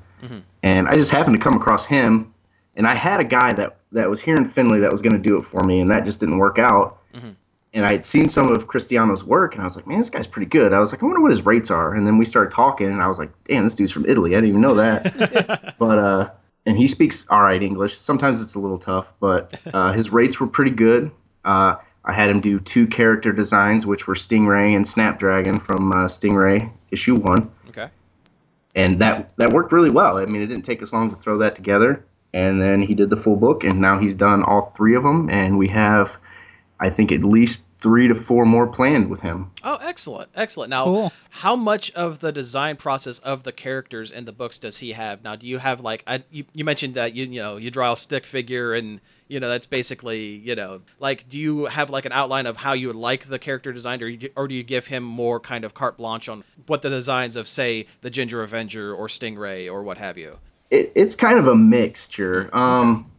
F: And I just happened to come across him, and I had a guy that that was here in Finley that was going to do it for me, and that just didn't work out. And I had seen some of Cristiano's work, and I was like, man, this guy's pretty good. I was like, I wonder what his rates are. And then we started talking, and I was like, damn, this dude's from Italy. I didn't even know that. but uh, and he speaks all right English. Sometimes it's a little tough, but uh, his rates were pretty good. Uh, I had him do two character designs, which were Stingray and Snapdragon from uh, Stingray issue one
A: Okay.
F: and that that worked really well. I mean, it didn't take us long to throw that together, and then he did the full book, and now he's done all three of them, and we have, I think, at least three to four more planned with him.
A: Oh, excellent, excellent. Now,
B: Cool.
A: how much of the design process of the characters and the books does he have? Now, do you have like I, you, you mentioned that you you know you draw a stick figure and you know that's basically you know like do you have like an outline of how you would like the character designed, or you, or do you give him more kind of carte blanche on what the designs of say the Ginger Avenger or Stingray or what have you?
F: it, it's kind of a mixture. Um,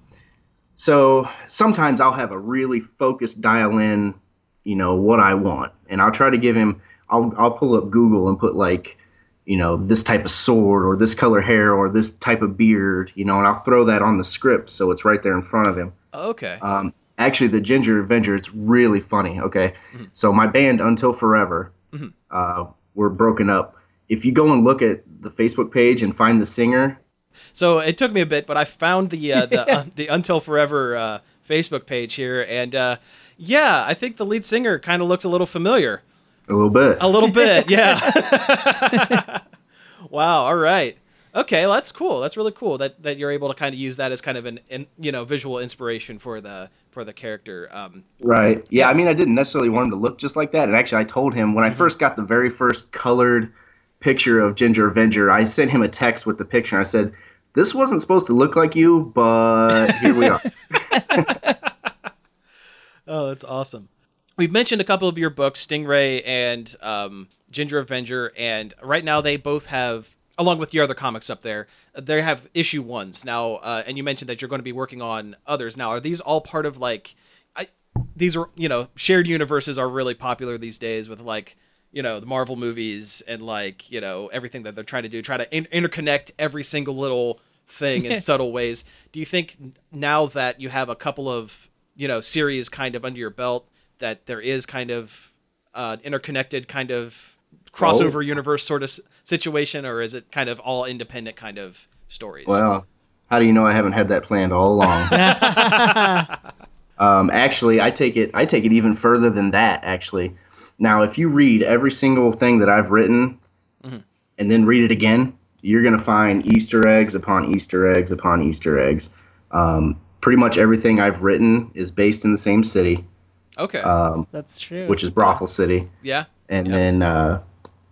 F: so sometimes I'll have a really focused dial in, you know, what I want, and I'll try to give him. I'll I'll pull up Google and put like, you know, this type of sword or this color hair or this type of beard, you know, and I'll throw that on the script so it's right there in front of him.
A: Okay.
F: Um, actually, the Ginger Avenger, it's really funny. Okay, so my band Until Forever, uh, we're broken up. If you go and look at the Facebook page and find the singer,
A: So it took me a bit, but I found the uh, the uh, the Until Forever uh, Facebook page here, and uh, yeah, I think the lead singer kind of looks a little familiar,
F: a little bit.
A: a little bit, yeah. wow. All right. Okay, well, that's cool. That's really cool that, that you're able to kind of use that as kind of an, an you know visual inspiration for the for the character. Um,
F: Right. Yeah, I mean, I didn't necessarily want him to look just like that. And actually, I told him when I first got the very first colored picture of Ginger Avenger, I sent him a text with the picture. I said, This wasn't supposed to look like you, but here we are.
A: Oh, that's awesome. We've mentioned a couple of your books, Stingray and um, Ginger Avenger, and right now they both have, along with your other comics up there, they have issue ones now. Uh, and you mentioned that you're going to be working on others now. Are these all part of like, I, these are you know shared universes are really popular these days with like you know the Marvel movies and like you know everything that they're trying to do, try to in- interconnect every single little thing in subtle ways. Do you think n- now that you have a couple of you know series kind of under your belt that there is kind of uh, interconnected kind of crossover universe sort of s- situation, or is it kind of all independent kind of stories?
F: Well, how do you know I haven't had that planned all along? um, actually, I take it I take it even further than that. Actually, now if you read every single thing that I've written, and then read it again, you're gonna find Easter eggs upon Easter eggs upon Easter eggs. Um, pretty much everything I've written is based in the same city,
A: okay,
F: um,
B: That's true.
F: which is Brothel City
A: yeah,
F: and then uh,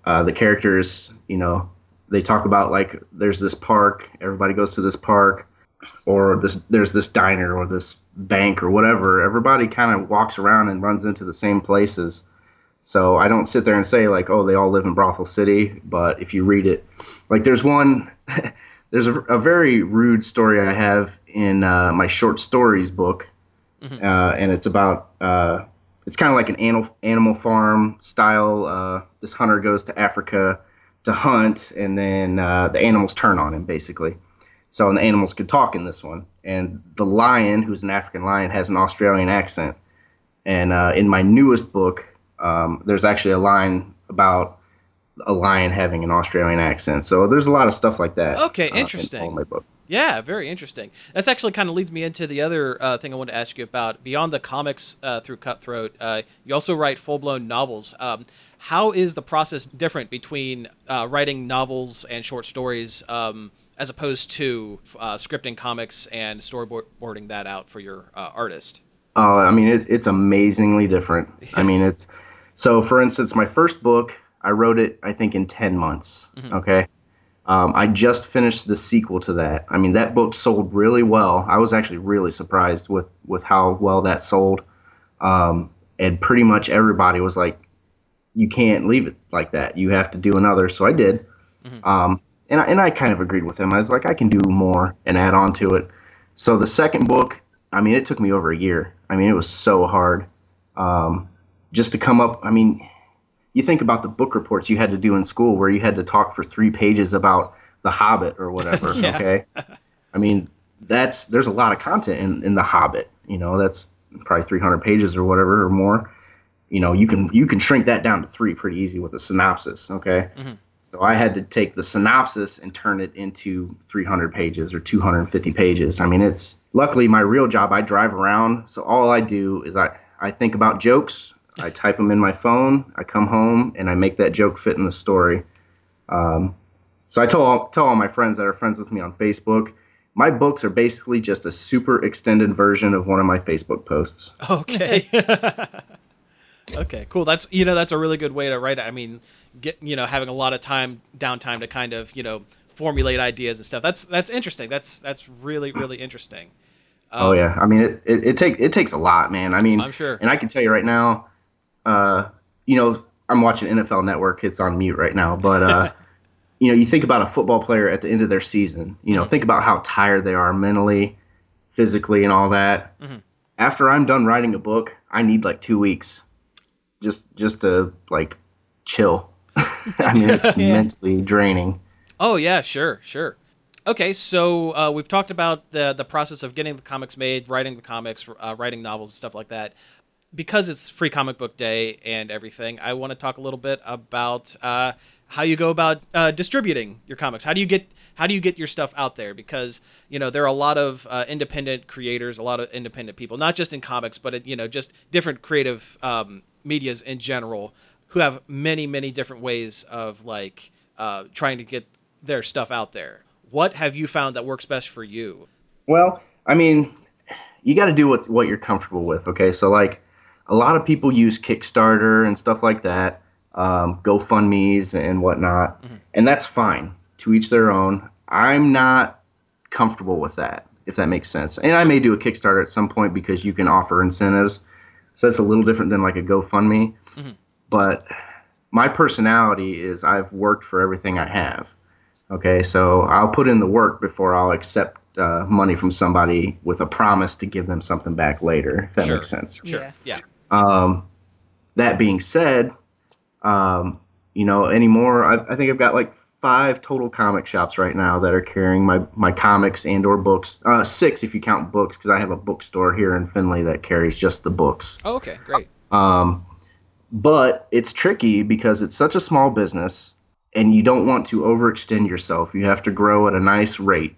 F: uh, the characters, you know, they talk about like there's this park, everybody goes to this park, or this there's this diner or this bank or whatever. Everybody kind of walks around and runs into the same places. So I don't sit there and say like, oh, they all live in Brothel City. But if you read it, like there's one, there's a, a very rude story I have in uh, my short stories book, uh, and it's about uh, it's kind of like an animal animal farm style. Uh, this hunter goes to Africa to hunt, and then uh, the animals turn on him basically. So and the animals could talk in this one, and the lion, who's an African lion, has an Australian accent. And uh, in my newest book, um, there's actually a line about a lion having an Australian accent. So there's a lot of stuff like that.
A: Okay,
F: Uh, in
A: interesting.
F: all my books.
A: Yeah, very interesting. That's actually kind of leads me into the other uh, thing I wanted to ask you about. Beyond the comics uh, through Cutthroat, uh, you also write full blown novels. Um, how is the process different between uh, writing novels and short stories um, as opposed to uh, scripting comics and storyboarding that out for your uh, artist?
F: Oh, I mean, it's it's amazingly different. I mean, it's so. For instance, my first book, I wrote it, I think, in ten months. Okay, um, I just finished the sequel to that. I mean, that book sold really well. I was actually really surprised with with how well that sold. Um, and pretty much everybody was like, "You can't leave it like that. You have to do another." So I did. Um, and I, and I kind of agreed with him. I was like, I can do more and add on to it. So the second book, I mean, it took me over a year. I mean, it was so hard um, just to come up. I mean, you think about the book reports you had to do in school where you had to talk for three pages about The Hobbit or whatever. Okay, I mean, that's there's a lot of content in, in The Hobbit. You know, that's probably 300 pages or whatever or more you know you can you can shrink that down to three pretty easy with a synopsis okay so i had to take the synopsis and turn it into 300 pages or 250 pages i mean it's luckily my real job i drive around so all i do is i i think about jokes i type them in my phone i come home and i make that joke fit in the story um, so I tell all, tell all my friends that are friends with me on Facebook, my books are basically just a super extended version of one of my Facebook posts.
A: Okay. okay, cool. That's you know that's a really good way to write it. I mean, get you know having a lot of time downtime to kind of you know formulate ideas and stuff. That's that's interesting. That's that's really really interesting.
F: oh yeah, I mean it it, it takes it takes a lot, man. I mean,
A: I'm sure.
F: and I can tell you right now, uh, you know, I'm watching NFL Network. It's on mute right now, but uh, you know, you think about a football player at the end of their season.
A: Mm-hmm.
F: You know, think about how tired they are mentally, physically, and all that.
A: Mm-hmm.
F: After I'm done writing a book, I need like two weeks, just just to like chill. I mean, it's mentally draining.
A: Oh yeah, sure, sure. Okay, so uh, we've talked about the the process of getting the comics made, writing the comics, uh, writing novels, and stuff like that. Because it's Free Comic Book Day and everything, I want to talk a little bit about uh, how you go about uh, distributing your comics. How do you get how do you get your stuff out there? Because you know there are a lot of uh, independent creators, a lot of independent people, not just in comics, but in, you know just different creative um, media's in general, who have many many different ways of like uh, trying to get their stuff out there. What have you found that works best for you?
F: Well, I mean, you got to do what what you're comfortable with. Okay, so like a lot of people use Kickstarter and stuff like that, um, GoFundmes and whatnot,
A: Mm-hmm.
F: and that's fine. To each their own. I'm not comfortable with that, if that makes sense. And I may do a Kickstarter at some point because you can offer incentives, so that's a little different than like a GoFundMe.
A: Mm-hmm.
F: But my personality is I've worked for everything I have. Okay, so I'll put in the work before I'll accept uh, money from somebody with a promise to give them something back later, if that
A: Sure.
F: makes sense.
A: Sure.
B: Yeah.
A: Yeah.
F: Um, that being said, um, you know, anymore, I, I think I've got like five total comic shops right now that are carrying my, my comics and or books. Uh, six if you count books, because I have a bookstore here in Findlay that carries just the books.
A: Oh, okay. Great.
F: Um, but it's tricky because it's such a small business and you don't want to overextend yourself. You have to grow at a nice rate.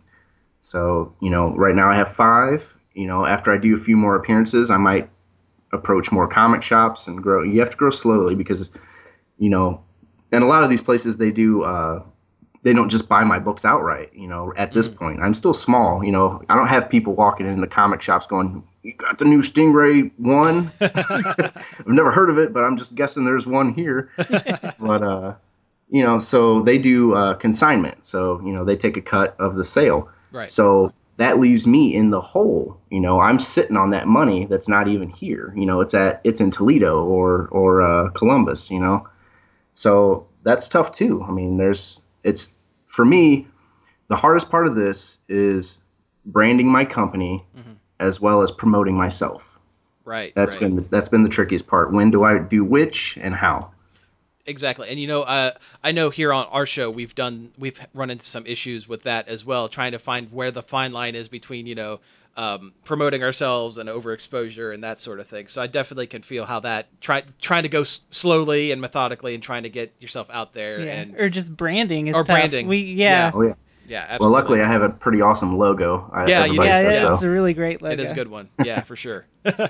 F: So, you know, right now I have five. You know, after I do a few more appearances, I might approach more comic shops and grow. You have to grow slowly because, you know, and a lot of these places they do, uh, they don't just buy my books outright. You know, at this point, I'm still small. You know, I don't have people walking into comic shops going, "You got the new Stingray one." I've never heard of it, but I'm just guessing there's one here. but uh, you know, so they do uh, consignment. So you know, they take a cut of the sale.
A: Right.
F: So that leaves me in the hole. You know, I'm sitting on that money that's not even here. You know, it's at it's in Toledo or or uh, Columbus. You know, so that's tough too. I mean, there's it's for me the hardest part of this is branding my company
A: Mm-hmm.
F: as well as promoting myself.
A: right.
F: That's
A: right.
F: been the, that's been the trickiest part. When do I do which and how?
A: exactly and you know uh, i know here on our show we've done we've run into some issues with that as well trying to find where the fine line is between you know um, promoting ourselves and overexposure and that sort of thing so i definitely can feel how that try, trying to go s- slowly and methodically and trying to get yourself out there
B: Yeah.
A: and
B: or just branding is
A: Or
B: tough.
A: branding.
B: We yeah.
F: Oh yeah.
A: yeah absolutely.
F: Well, luckily I have a pretty awesome logo. I,
A: Yeah, you do.
F: everybody
B: Yeah,
F: says
B: yeah,
F: so.
B: it's a really great logo.
A: it is a good one yeah for sure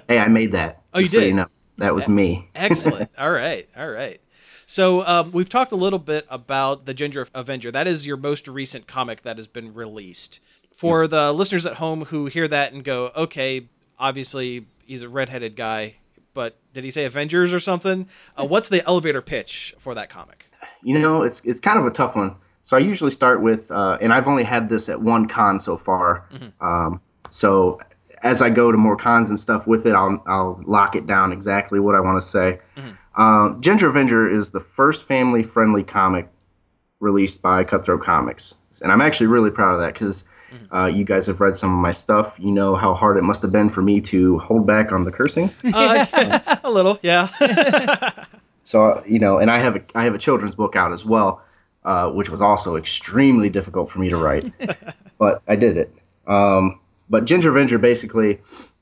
F: Hey, I made that.
A: Oh, you
F: just so
A: did?
F: you know, that was me.
A: Excellent. all right. All right. So um, we've talked a little bit about the Ginger Avenger. That is your most recent comic that has been released. For the listeners at home who hear that and go, "Okay, obviously he's a redheaded guy," but did he say Avengers or something? Uh, what's the elevator pitch for that comic?
F: You know, it's it's kind of a tough one. So I usually start with, uh, and I've only had this at one con so far. Um, so as I go to more cons and stuff with it, I'll I'll lock it down exactly what I want to say. Uh, Ginger Avenger is the first family friendly comic released by Cutthroat Comics. And I'm actually really proud of that because uh, you guys have read some of my stuff. You know how hard it must have been for me to hold back on the cursing.
A: Uh, a little, yeah.
F: So uh, you know, and I have a I have a children's book out as well, uh, which was also extremely difficult for me to write, but I did it. Um, but Ginger Avenger basically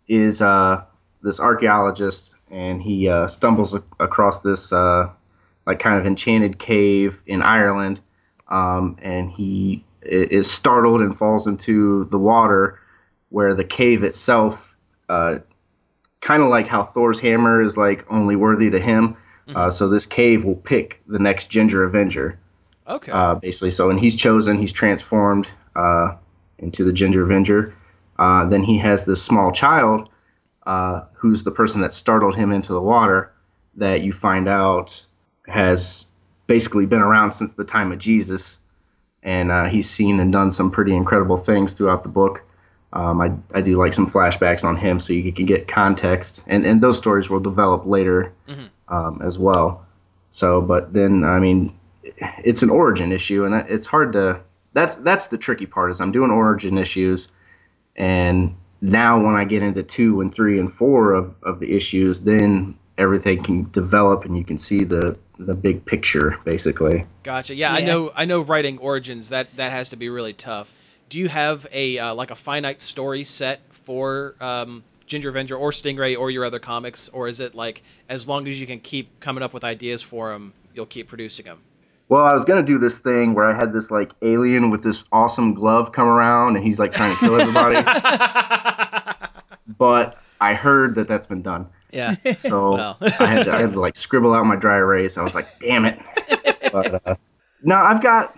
F: is uh, this archaeologist, and he uh, stumbles ac- across this uh, like kind of enchanted cave in Ireland, um, and he i- is startled and falls into the water, where the cave itself, uh, kind of like how Thor's hammer is like only worthy to him. Uh, so this cave will pick the next Ginger Avenger
A: Okay.
F: uh, basically. So, and he's chosen, he's transformed uh, into the Ginger Avenger. Uh, then he has this small child uh, who's the person that startled him into the water that you find out has basically been around since the time of Jesus. And uh, he's seen and done some pretty incredible things throughout the book. Um, I, I do like some flashbacks on him so you can get context. And, and those stories will develop later um, as well. So, but then, I mean, it's an origin issue, and it's hard to. That's that's the tricky part is I'm doing origin issues, and now when I get into two and three and four of, of the issues, then everything can develop and you can see the the big picture basically.
A: Gotcha. Yeah, I
B: Yeah.
A: know. I know. Writing origins that that has to be really tough. Do you have a uh, like a finite story set for um, Ginger Avenger or Stingray or your other comics, or is it like as long as you can keep coming up with ideas for them, you'll keep producing them?
F: Well, I was gonna do this thing where I had this like alien with this awesome glove come around, and he's like trying to kill everybody. but I heard that that's been done.
A: Yeah.
F: So
A: Wow.
F: I, had to, I had to like scribble out my dry erase. I was like, damn it. But, uh, no, I've got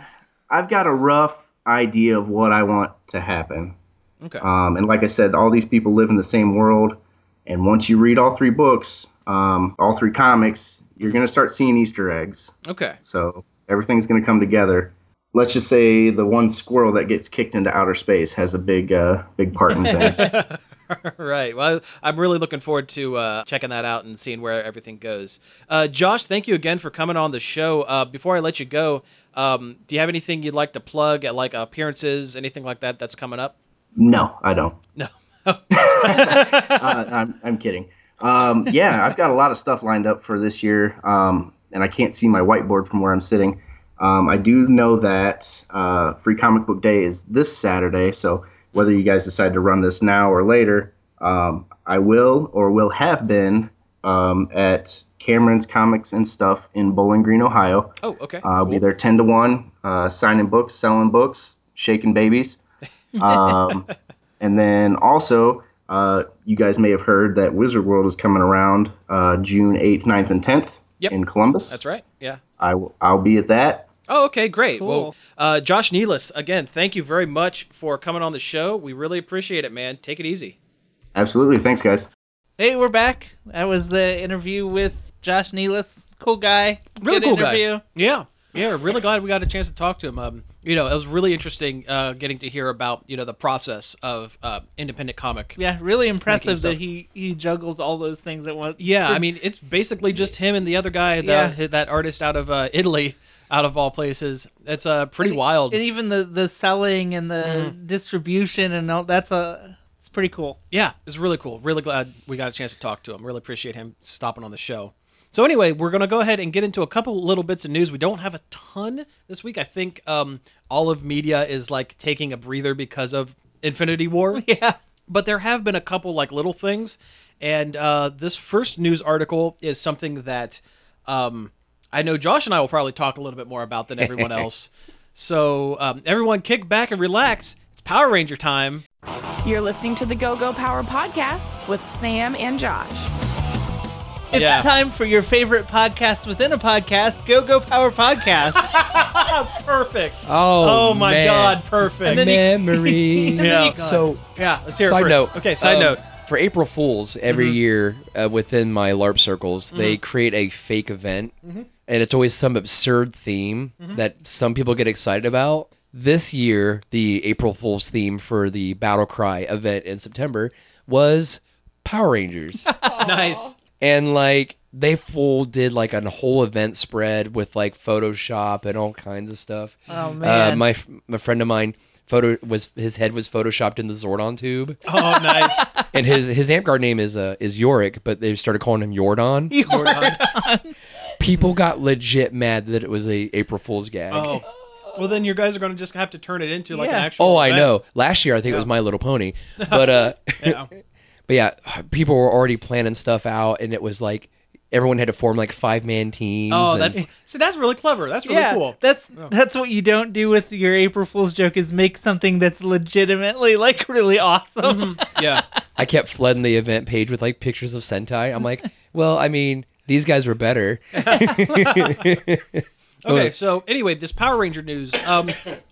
F: I've got a rough idea of what I want to happen.
A: okay.
F: Um, and like I said, all these people live in the same world. And once you read all three books, um, all three comics, you're gonna start seeing Easter eggs.
A: Okay.
F: So everything's gonna come together. Let's just say the one squirrel that gets kicked into outer space has a big uh, big part in things.
A: right. Well, I'm really looking forward to uh, checking that out and seeing where everything goes. Uh, Josh, thank you again for coming on the show. Uh, before I let you go, um, do you have anything you'd like to plug, uh, like appearances, anything like that that's coming up?
F: no, I don't.
A: No.
F: uh, I'm, I'm kidding. Um, yeah, I've got a lot of stuff lined up for this year, um, and I can't see my whiteboard from where I'm sitting. Um, I do know that uh, Free Comic Book Day is this Saturday, so whether you guys decide to run this now or later, um, I will or will have been um, at Cameron's Comics and Stuff in Bowling Green, Ohio.
A: Oh, okay.
F: Uh, I'll be there 10 to 1, uh, signing books, selling books, shaking babies. Um, and then also, uh, you guys may have heard that Wizard World is coming around uh, June 8th, 9th, and 10th
A: Yep.
F: in Columbus.
A: That's right. Yeah.
F: I will, I'll be at that.
A: Oh, okay, great. Well,
B: Cool.
A: uh, Josh Nealis, again, thank you very much for coming on the show. We really appreciate it, man. Take it easy.
F: Absolutely. Thanks, guys.
B: Hey, we're back. That was the interview with Josh Nealis. Cool guy.
A: really
B: Good
A: cool
B: interview.
A: guy. Yeah, yeah. Really glad we got a chance to talk to him. Um, you know, it was really interesting uh, getting to hear about you know the process of uh, independent comic.
B: Yeah, really impressive
A: stuff.
B: that he, he juggles all those things at once.
A: Yeah, I mean, it's basically just him and the other guy, the, that artist out of uh, Italy, out of all places. It's uh, pretty wild.
B: and even the the selling and the
A: Mm-hmm.
B: distribution and all that's a it's pretty cool.
A: yeah, it's really cool. Really glad we got a chance to talk to him. Really appreciate him stopping on the show. So anyway, we're gonna go ahead and get into a couple little bits of news. We don't have a ton this week. I think um, all of media is like taking a breather because of Infinity War.
B: Yeah.
A: but there have been a couple like little things and uh, this first news article is something that um, i know josh and i will probably talk a little bit more about than everyone else so um, everyone kick back and relax it's power ranger time
G: You're listening to the Go Go Power podcast with Sam and Josh.
B: It's
A: Yeah.
B: time for your favorite podcast within a podcast, Go Go Power Podcast.
A: perfect
C: Oh,
A: my
C: man.
A: god perfect
B: then you-
C: memory.
A: then you-
C: So
A: yeah let's hear it
C: side
A: first.
C: note.
A: okay Mm-hmm. side
C: um,
A: note
C: For April Fools, every year uh, within my LARP circles,
A: Mm-hmm.
C: they create a fake event, and it's always some absurd theme
A: Mm-hmm.
C: that some people get excited about. This year, the April Fools theme for the Battle Cry event in September was Power Rangers.
A: nice
C: and like they full did like a whole event spread with like Photoshop and all kinds of stuff.
B: Oh
C: Uh,
B: man.
C: my f- my friend of mine photo was his head was photoshopped in the Zordon tube,
A: oh nice
C: and his his amp guard name is uh is Yorick, but they started calling him Yordon.
B: You are-
C: People got legit mad that it was a April Fool's gag.
A: oh well then you guys are gonna just have to turn it into like an
B: Yeah.
A: actual
C: Oh, I
A: event.
C: know. Last year, I think it was My Little Pony, but uh,
A: Yeah.
C: But yeah, people were already planning stuff out, and it was like everyone had to form like five man teams.
A: Oh,
C: and-
A: that's see, that's really clever. That's really
B: yeah,
A: cool.
B: that's that's what you don't do with your April Fool's joke is make something that's legitimately like really awesome.
A: Mm-hmm. yeah,
C: I kept flooding the event page with like pictures of Sentai. I'm like, well, I mean, these guys were better.
A: Okay,
C: Uh,
A: so anyway, this Power Ranger news. Um,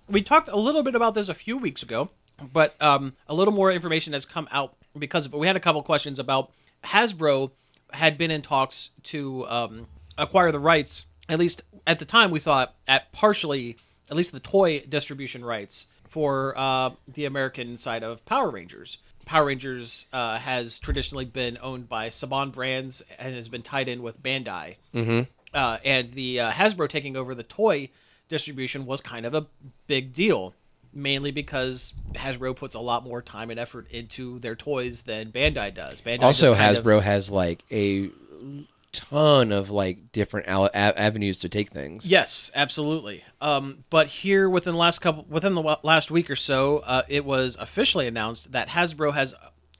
A: we talked a little bit about this a few weeks ago, but um, a little more information has come out because But we had a couple questions about Hasbro had been in talks to um, acquire the rights. At least at the time, we thought at partially, at least the toy distribution rights for uh, the American side of Power Rangers. Power Rangers uh, has traditionally been owned by Saban Brands and has been tied in with Bandai uh, and the uh, Hasbro taking over the toy distribution was kind of a big deal, mainly because Hasbro puts a lot more time and effort into their toys than Bandai does. Bandai
C: also,
A: just kind of-
C: Hasbro has like a ton of like different al- a- avenues to take things.
A: Yes, absolutely. Um, but here within the last couple, within the wa- last week or so, uh, it was officially announced that Hasbro has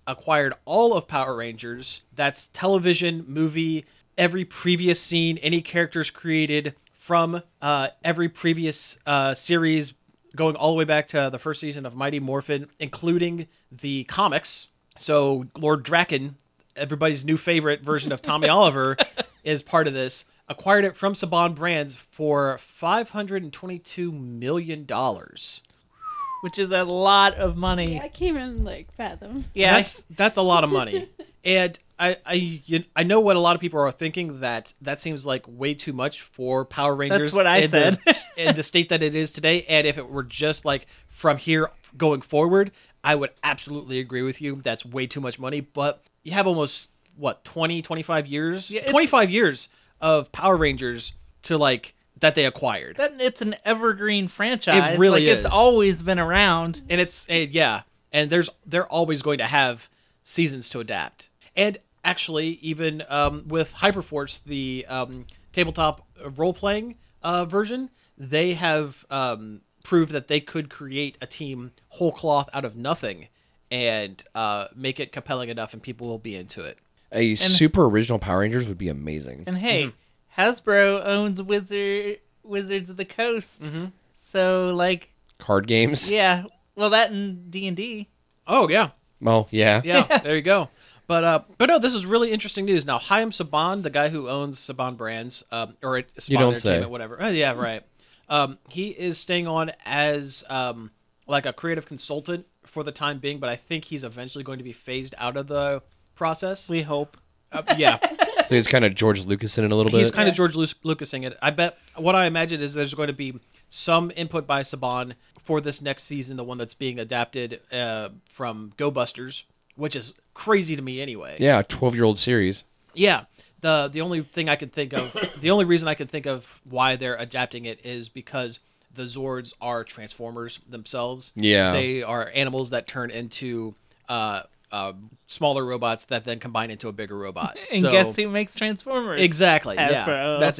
A: acquired all of Power Rangers. That's television, movie, every previous scene, any characters created from uh, every previous uh, series, going all the way back to the first season of Mighty Morphin, including the comics. So Lord Draken, everybody's new favorite version of Tommy Oliver, is part of this. Acquired it from Saban Brands for five hundred and twenty-two million dollars.
B: which is a lot of money.
D: I can't even like fathom.
B: Yeah,
A: that's that's a lot of money, and I I you- I know what a lot of people are thinking that that seems like way too much for Power Rangers.
B: what I
A: in the- in the state that it is today, and if it were just like from here going forward, I would absolutely agree with you. That's way too much money, but you have almost what 20, 25 years,
B: Yeah, it's-
A: twenty five years of Power Rangers to like that they acquired.
B: that it's an evergreen franchise.
A: It really
B: like,
A: is.
B: It's always been around.
A: and it's and yeah and there's they're always going to have seasons to adapt and actually even um, with hyperforce the um, tabletop role-playing uh, version they have um, proved that they could create a team whole cloth out of nothing and uh, make it compelling enough and people will be into it
C: A super original Power Rangers would be amazing.
B: And hey,
A: Mm-hmm.
B: Hasbro owns Wizard Wizards of the Coast.
A: Mm-hmm.
B: So like,
C: Card games.
B: yeah, well that and D and D.
A: oh yeah
C: Well, yeah.
A: yeah, there you go. But uh, but no, this is really interesting news. Now, Chaim Saban, the guy who owns Saban Brands, um, or it- Saban
C: You don't say.
A: Entertainment, whatever. Oh, yeah, right. Um, he is staying on as um, like a creative consultant for the time being, but I think he's eventually going to be phased out of the process.
B: We hope.
A: Uh, yeah,
C: So he's kind of George Lucas in it a little bit.
A: he's kind of George Lu- Lucasing it. I bet what I imagine is there's going to be some input by Saban for this next season, the one that's being adapted uh, from Go Busters, which is crazy to me anyway.
C: yeah, twelve year old series.
A: Yeah. The the only thing I could think of the only reason I could think of why they're adapting it is because the Zords are transformers themselves.
C: Yeah.
A: They are animals that turn into uh, uh, smaller robots that then combine into a bigger robot.
B: And
A: so,
B: guess who makes Transformers?
A: Exactly. Yeah.
B: Hasbro.
A: That's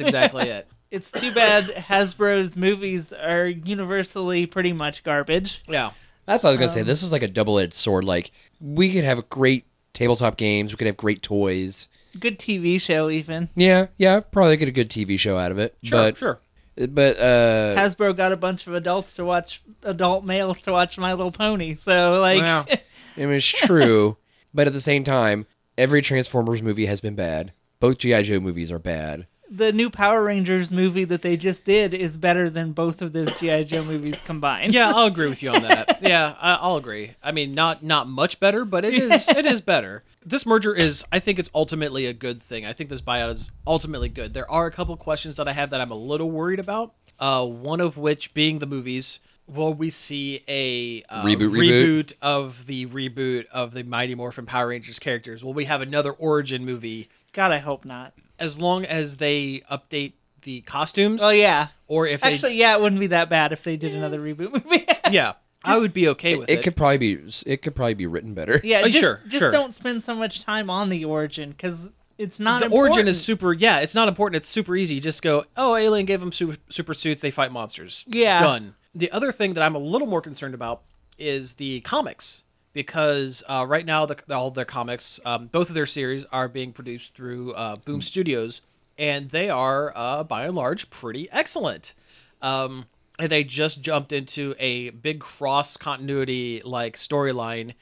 A: exactly it.
B: It's too bad Hasbro's movies are universally pretty much garbage.
A: Yeah.
C: That's what I was gonna
A: Um,
C: say. This is like a double edged sword. Like we could have great tabletop games. We could have great toys.
B: Good TV show even.
C: Yeah, yeah. Probably get a good TV show out of it. but,
A: sure.
C: But uh,
B: Hasbro got a bunch of adults to watch, adult males to watch My Little Pony. So like,
A: Wow.
C: I mean, it's true, but at the same time, every Transformers movie has been bad. Both GI Joe movies are bad.
B: the new Power Rangers movie that they just did is better than both of those GI Joe movies combined.
A: Yeah, I'll agree with you on that. Yeah, I, I'll agree. I mean, not not much better, but it is it is better. This merger is, I think, it's ultimately a good thing. I think this buyout is ultimately good. There are a couple questions that I have that I'm a little worried about. Uh, one of which being the movies. Will we see a uh,
C: Reboot, reboot?
A: reboot of the reboot of the Mighty Morphin Power Rangers characters? Will we have another origin movie?
B: God, I hope not.
A: As long as they update the costumes,
B: Oh yeah.
A: or if they,
B: Actually, yeah, it wouldn't be that bad if they did another reboot movie.
A: yeah, I would be okay with
C: It, could probably be. It could probably be written better.
B: yeah,
A: Oh,
B: just,
A: sure,
B: just
A: sure.
B: don't spend so much time on the origin because it's not
A: the origin
B: important.
A: is super yeah it's not important it's super easy you just go oh alien gave them super, super suits they fight monsters
B: Yeah.
A: done the other thing that i'm a little more concerned about is the comics because uh, right now the, all of their comics, um, both of their series are being produced through uh, Boom Studios, and they are uh, by and large pretty excellent. Um, and they just jumped into a big cross continuity like storyline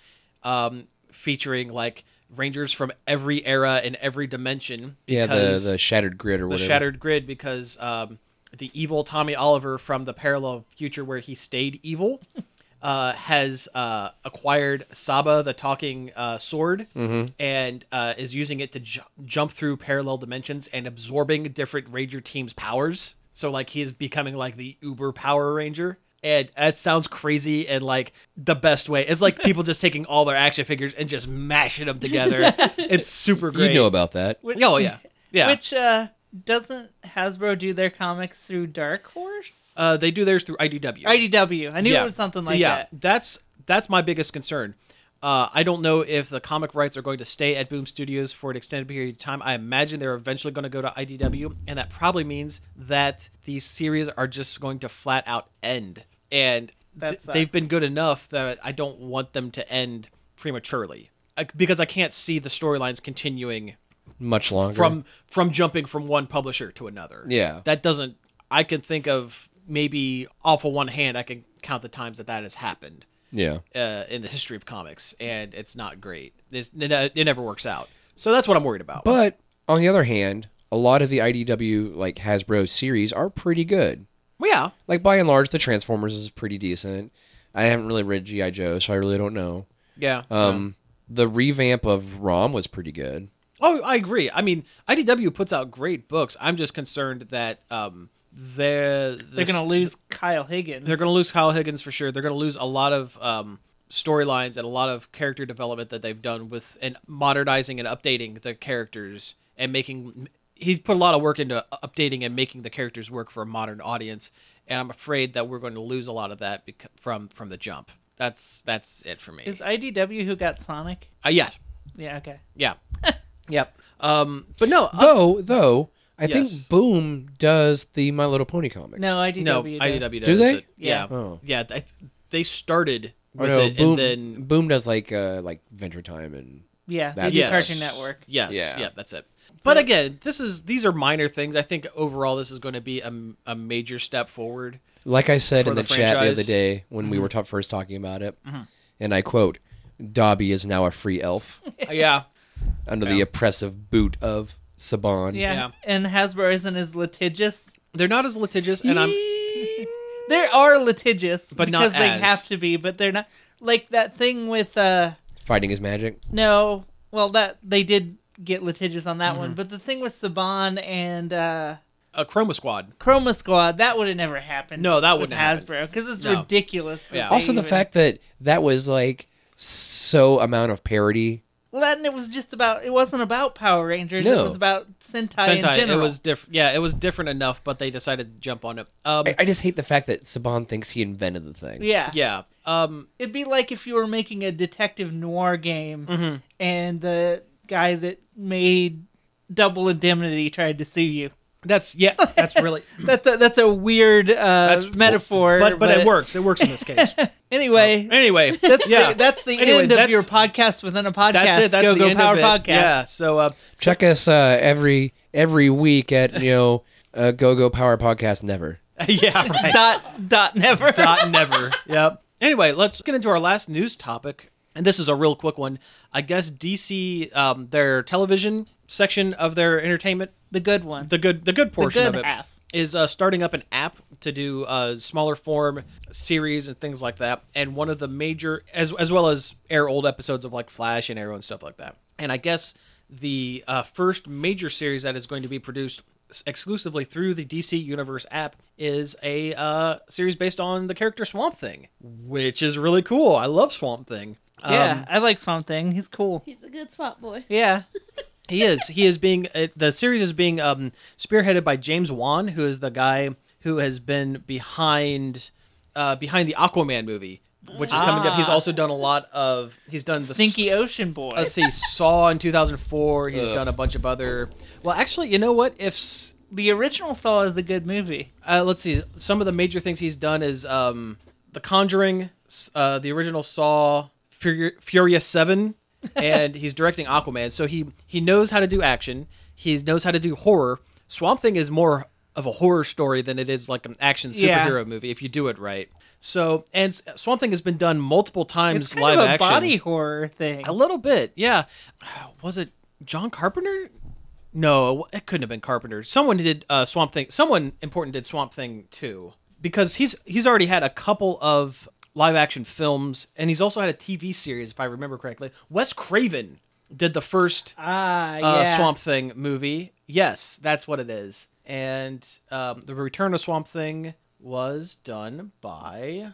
A: um, featuring like rangers from every era and every dimension.
C: Yeah, the,
A: because-
C: the shattered grid or
A: the
C: whatever.
A: shattered grid because um, the evil Tommy Oliver from the parallel future where he stayed evil uh, has uh, acquired Saba, the talking uh, sword,
C: Mm-hmm.
A: and uh, is using it to ju- jump through parallel dimensions and absorbing different Ranger teams' powers. So like he is becoming like the Uber Power Ranger. And that sounds crazy and like the best way. It's like people just taking all their action figures and just mashing them together. it's super
C: You
A: great.
C: know about that.
B: Which,
A: Oh yeah. Yeah.
B: Which uh, doesn't Hasbro do their comics through Dark Horse?
A: Uh, they do theirs through IDW.
B: IDW. I knew it was something like
A: yeah,
B: that.
A: that's that's my biggest concern. Uh, I don't know if the comic rights are going to stay at Boom Studios for an extended period of time. I imagine they're eventually going to go to IDW, and that probably means that these series are just going to flat out end. And
B: That
A: th- they've
B: sucks.
A: been good enough that I don't want them to end prematurely I, because I can't see the storylines continuing
C: Much longer.
A: from from jumping from one publisher to another.
C: Yeah.
A: that doesn't. I can think of maybe off of one hand. I can count the times that that has happened
C: yeah.
A: uh, in the history of comics, and it's not great. It's, it, ne- it never works out. So that's what I'm worried about.
C: But on the other hand, a lot of the IDW like Hasbro series are pretty good.
A: Well, yeah,
C: Like by and large, the Transformers is pretty decent. I haven't really read GI Joe, so I really don't know.
A: yeah.
C: Um, the revamp of ROM was pretty good.
A: Oh, I agree. I mean, IDW puts out great books. I'm just concerned that um, they're
B: They're going to lose Kyle Higgins.
A: They're going to lose Kyle Higgins for sure. They're going to lose a lot of um, storylines and a lot of character development that they've done with and modernizing and updating the characters and making. He's put a lot of work into updating and making the characters work for a modern audience, and I'm afraid that we're going to lose a lot of that bec- from from the jump. That's that's it for me.
B: Is IDW who got Sonic?
A: uh, yeah,
B: Yeah, okay.
A: yeah, yep. Um, but no, uh,
C: Though, though, I
A: Yes.
C: think Boom does the My Little Pony comics.
B: No, IDW.
A: no,
B: does.
A: IDW does
C: Do they?
A: it. Yeah, yeah.
C: Oh.
A: they, they started
C: Or
A: with
C: no,
A: it,
C: Boom,
A: and then
C: Boom does like uh, like Venture Time and
B: Yeah, they
C: That's-
B: do
A: Yes.
B: Cartoon Network.
A: Yes. Yeah.
C: Yeah.
A: That's it. But again, this is these are minor things. I think overall, this is going to be a, a major step forward.
C: Like I said
A: For
C: in
A: the
C: the, chat the other
A: franchise. Mm-hmm.
C: day when we were ta- first talking about it, and I quote, Dobby is now a free elf
A: Uh, yeah.
C: under the oppressive boot of Saban.
B: Yeah.
A: Yeah.
B: and Hasbro isn't as litigious.
A: They're not as litigious, and I'm
B: They are litigious,
A: But not
B: because they
A: as.
B: have to be. But they're not like that thing with uh
C: Fighting his magic.
B: no. Well, that they did get litigious on that
A: Mm-hmm.
B: one, but the thing with Saban and uh
A: a Chroma Squad.
B: Chroma Squad that would have never happened.
A: No, that
B: with
A: wouldn't have
B: Hasbro because it's
A: No.
B: ridiculous. that
A: Yeah.
B: they
C: Also, the
B: even-
C: fact that that was like so amount of parody.
B: well, that and it was just about it wasn't about Power Rangers.
C: No.
B: It was about Sentai, in
A: Sentai. It
B: general.
A: was different. Yeah, it was different enough, but they decided to jump on it. Um,
C: I, I just hate the fact that Saban thinks he invented the thing.
B: yeah
A: yeah. Um,
B: It'd be like if you were making a detective noir game
A: Mm-hmm.
B: and the guy that made Double Indemnity tried to sue you.
A: that's yeah. That's really.
B: That's a that's a weird uh, metaphor,
A: But but it works. It works in this case.
B: Anyway,
A: anyway,
B: that's
A: yeah.
B: the, that's the
A: Anyway,
B: end of
A: that's-
B: your podcast within a podcast.
A: that's it. That's
B: Go
A: the
B: Go
A: end
B: Power
A: of it.
B: Podcast.
A: Yeah. So uh,
C: Check us uh, every every week at you know uh, Go Go Power Podcast. Never.
A: yeah. Right.
B: Dot dot never.
A: dot never. Yep. Anyway, let's get into our last news topic, and this is a real quick one. I guess DC, um, their television section of their entertainment,
B: The good one.
A: the good, the good portion
B: good
A: of it, is
B: half.
A: uh, starting up an app to do uh, smaller form series and things like that. And one of the major, as as well as air old episodes of like Flash and Arrow and stuff like that. And I guess the uh, first major series that is going to be produced s- exclusively through the DC Universe app is a uh, series based on the character Swamp Thing, which is really cool. I love Swamp Thing. Um,
B: yeah, I like Swamp Thing. He's cool.
D: He's a good swap boy.
B: Yeah,
A: he is. He is being uh, the series is being um, spearheaded by James Wan, who is the guy who has been behind uh, behind the Aquaman movie, which is coming up. He's also done a lot of. He's done the
B: Stinky Ocean Boy.
A: Let's see, Saw in 2004. He's done a bunch of other. Well, actually, you know what? If s-
B: the original Saw is a good movie.
A: uh, let's see, some of the major things he's done is um, The Conjuring, s- uh, the original Saw, Fur- Furious Seven, and he's directing Aquaman. So he he knows how to do action. He knows how to do horror. Swamp Thing is more of a horror story than it is like an action
B: Yeah.
A: superhero movie if you do it right. So and S- Swamp Thing has been done multiple times
B: It's kind
A: live
B: of a
A: action.
B: body horror thing.
A: A little bit, yeah. Was it John Carpenter? No, it couldn't have been Carpenter. Someone did uh, Swamp Thing. Someone important did Swamp Thing too, because he's he's already had a couple of live action films, and he's also had a TV series, if I remember correctly. Wes Craven did the first
B: Ah,
A: uh,
B: yeah.
A: Swamp Thing movie. Yes, that's what it is. And um, the Return of Swamp Thing was done by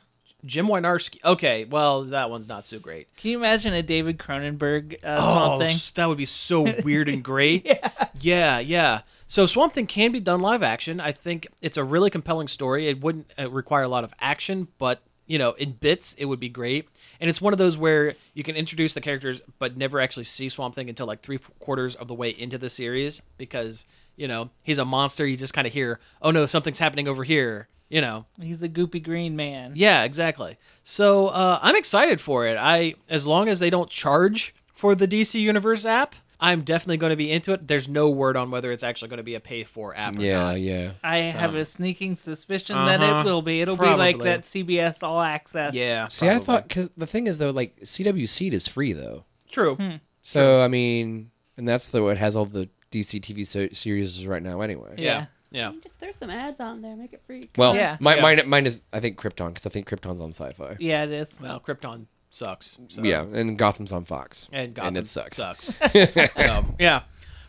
A: Jim Wynarski. Okay, well that one's not so great.
B: Can you imagine a David Cronenberg uh, Swamp Thing?
A: Oh, s- that would be so weird and great. yeah. yeah, yeah. So Swamp Thing can be done live action. I think it's a really compelling story. It wouldn't uh, require a lot of action, but you know, in bits, it would be great. And it's one of those where you can introduce the characters, but never actually see Swamp Thing until like three quarters of the way into the series because you know he's a monster. You just kind of hear, oh no, something's happening over here. You know,
B: He's a goopy green man.
A: yeah, exactly. So uh, I'm excited for it. I as long as they don't charge for the DC Universe app, I'm definitely going to be into it. There's no word on whether it's actually going to be a pay for app or
C: Yeah,
A: not.
C: yeah.
B: I have a sneaking suspicion that
A: Uh-huh.
B: it will be. It'll be like
A: Probably.
B: that CBS All Access.
A: Yeah.
C: See, I
A: probably.
C: thought because the thing is though, like CW Seed is free though,
A: true.
C: so I mean, and that's the it has all the DC TV so- series right now anyway.
A: Yeah.
B: Yeah.
A: Yeah.
D: You just throw some ads on there, make it free.
C: Well,
B: Yeah.
C: my,
A: Yeah.
C: mine mine is I think Krypton because I think Krypton's on Sci-Fi.
B: Yeah, it is.
A: Well, Krypton sucks. so-
C: Yeah, and Gotham's on Fox.
A: And Gotham
C: it sucks.
A: Sucks. so, yeah.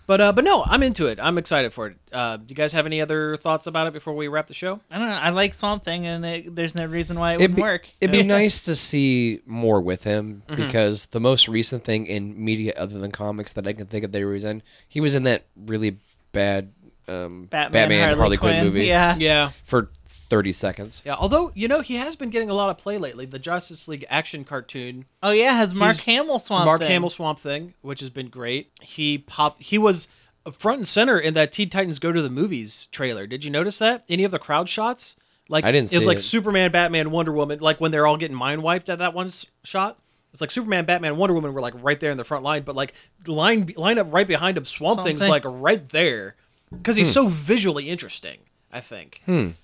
A: But uh, but no, I'm into it. I'm excited for it. Uh, do you guys have any other thoughts about it before we wrap the show?
B: I don't know. I like Swamp Thing, and it, there's no reason why it
C: It'd
B: wouldn't
C: be,
B: work.
C: it'd be nice to see more with him because the most recent thing in media other than comics that I can think of that he was in, he was in that really bad um,
B: Batman,
C: Harley, Quinn, movie
B: Yeah.
A: Yeah.
C: for 30 seconds.
A: Yeah. Although you know he has been getting a lot of play lately. The Justice League action cartoon
B: Oh yeah, has Mark
A: He's-
B: Hamill Swamp
A: Mark
B: Thing.
A: Hamill Swamp Thing, which has been great. He popped. He was front and center in that Teen Titans Go to the Movies trailer. Did you notice that? Any of the crowd shots? Like
C: I didn't
A: It was
C: see
A: like
C: it.
A: Superman, Batman, Wonder Woman. Like when they're all getting mind wiped at that one s- shot. It's like Superman, Batman, Wonder Woman were like right there in the front line, but like line line up right behind him. Swamp,
B: Swamp
A: Thing's
B: Thing.
A: like right there because
C: Hmm.
A: he's so visually interesting. I think.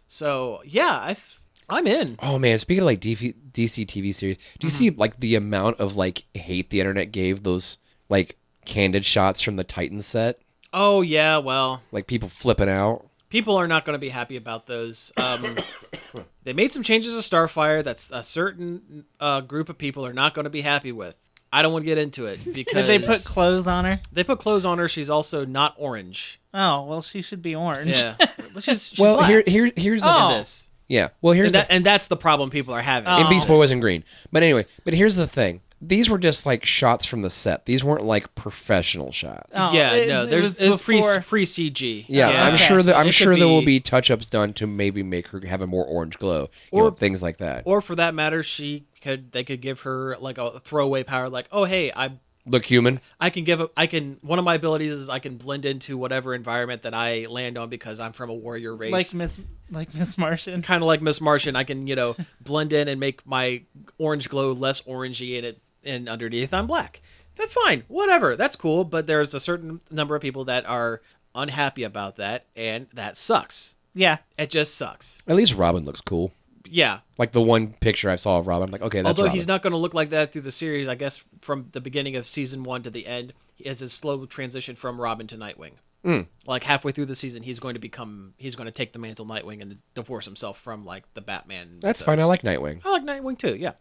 A: So yeah, I th- I'm in.
C: Oh man, speaking of like DC, DC TV series, do you see like the amount of like hate the internet gave those like candid shots from the Titan set?
A: Oh yeah, well.
C: Like people flipping out.
A: people are not going to be happy about those. Um, they made some changes to Starfire that's a certain uh, group of people are not going to be happy with. I don't want to get into it
B: Did
A: because
B: they put clothes on her?
A: they put clothes on her. She's also not orange.
B: Oh well, she should be orange.
A: Yeah, well, she's, she's
C: well,
A: black
C: here here here's the
B: Oh.
A: in this,
C: yeah. Well, here's
A: and, that,
C: the
A: and that's the problem people are having.
B: Oh.
C: and Beast Boy wasn't green. But anyway, but here's the thing. These were just like shots from the set. These weren't like professional shots.
B: Oh,
A: yeah,
B: it-
A: no,
B: it was
A: there's it's pre
B: before-
A: pre CG.
C: Yeah,
B: Yeah.
C: I'm
B: Okay.
C: sure that I'm
A: It could
C: sure there will
A: be-
C: be touch-ups done to maybe make her have a more orange glow, you
A: Or-
C: know, things like that.
A: Or for that matter, she could they could give her like a throwaway power, like oh hey, I
C: Look human.
A: I can give a, I can one of my abilities is I can blend into whatever environment that I land on because I'm from a warrior race.
B: like Miss like Miss Martian.
A: kind of like Miss Martian, I can, you know, blend in and make my orange glow less orangey and it and underneath I'm black. That's fine. Whatever. That's cool, but there's a certain number of people that are unhappy about that and that sucks.
B: Yeah,
A: It just sucks.
C: At least Robin looks cool.
A: Yeah.
C: Like the one picture I saw of Robin, I'm like, okay, that's
A: Although
C: Robin.
A: he's not going to look like that through the series, I guess from the beginning of season 1 to the end is a slow transition from Robin to Nightwing.
C: Hmm.
A: Like halfway through the season, he's going to become he's going to take the mantle Nightwing and divorce himself from like the Batman.
C: That's
A: mythos.
C: fine. I like Nightwing.
A: I like Nightwing too. Yeah.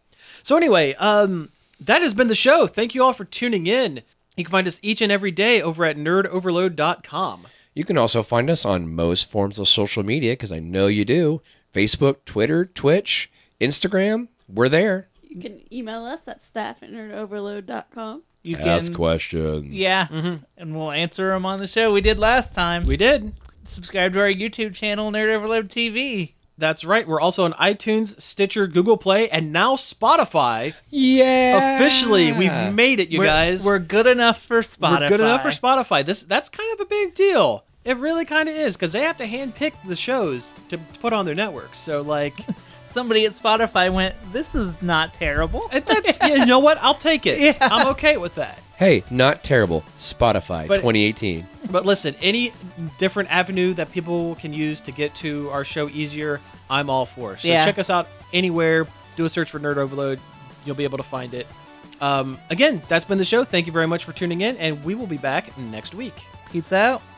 A: So anyway, um, that has been the show. Thank you all for tuning in. You can find us each and every day over at nerdoverload.com.
C: You can also find us on most forms of social media because I know you do. Facebook, Twitter, Twitch, Instagram. We're there.
D: You can email us at staff at nerdoverload.com.
B: you can.
C: questions.
B: Yeah, and we'll answer them on the show. We did last time.
A: Mm-hmm. We did.
B: subscribe to our YouTube channel, Nerd Overload TV.
A: That's right. We're also on iTunes, Stitcher, Google Play, and now Spotify.
C: Yeah.
A: Officially, we've made it, you
B: We're-
A: guys.
B: we're good enough for Spotify.
A: We're good enough for Spotify. This that's kind of a big deal. It really kind of is because they have to handpick the shows to, to put on their network. So like,
B: somebody at Spotify went, "This is not terrible."
A: And that's you know what? I'll take it.
B: Yeah.
A: I'm okay with that.
C: Hey, not terrible. Spotify
A: But-
C: 2018.
A: But listen, any different avenue that people can use to get to our show easier, I'm all for. So
B: Yeah.
A: check us out anywhere. Do a search for Nerd Overload. You'll be able to find it. Um, again, that's been the show. Thank you very much for tuning in, and we will be back next week.
B: Peace out.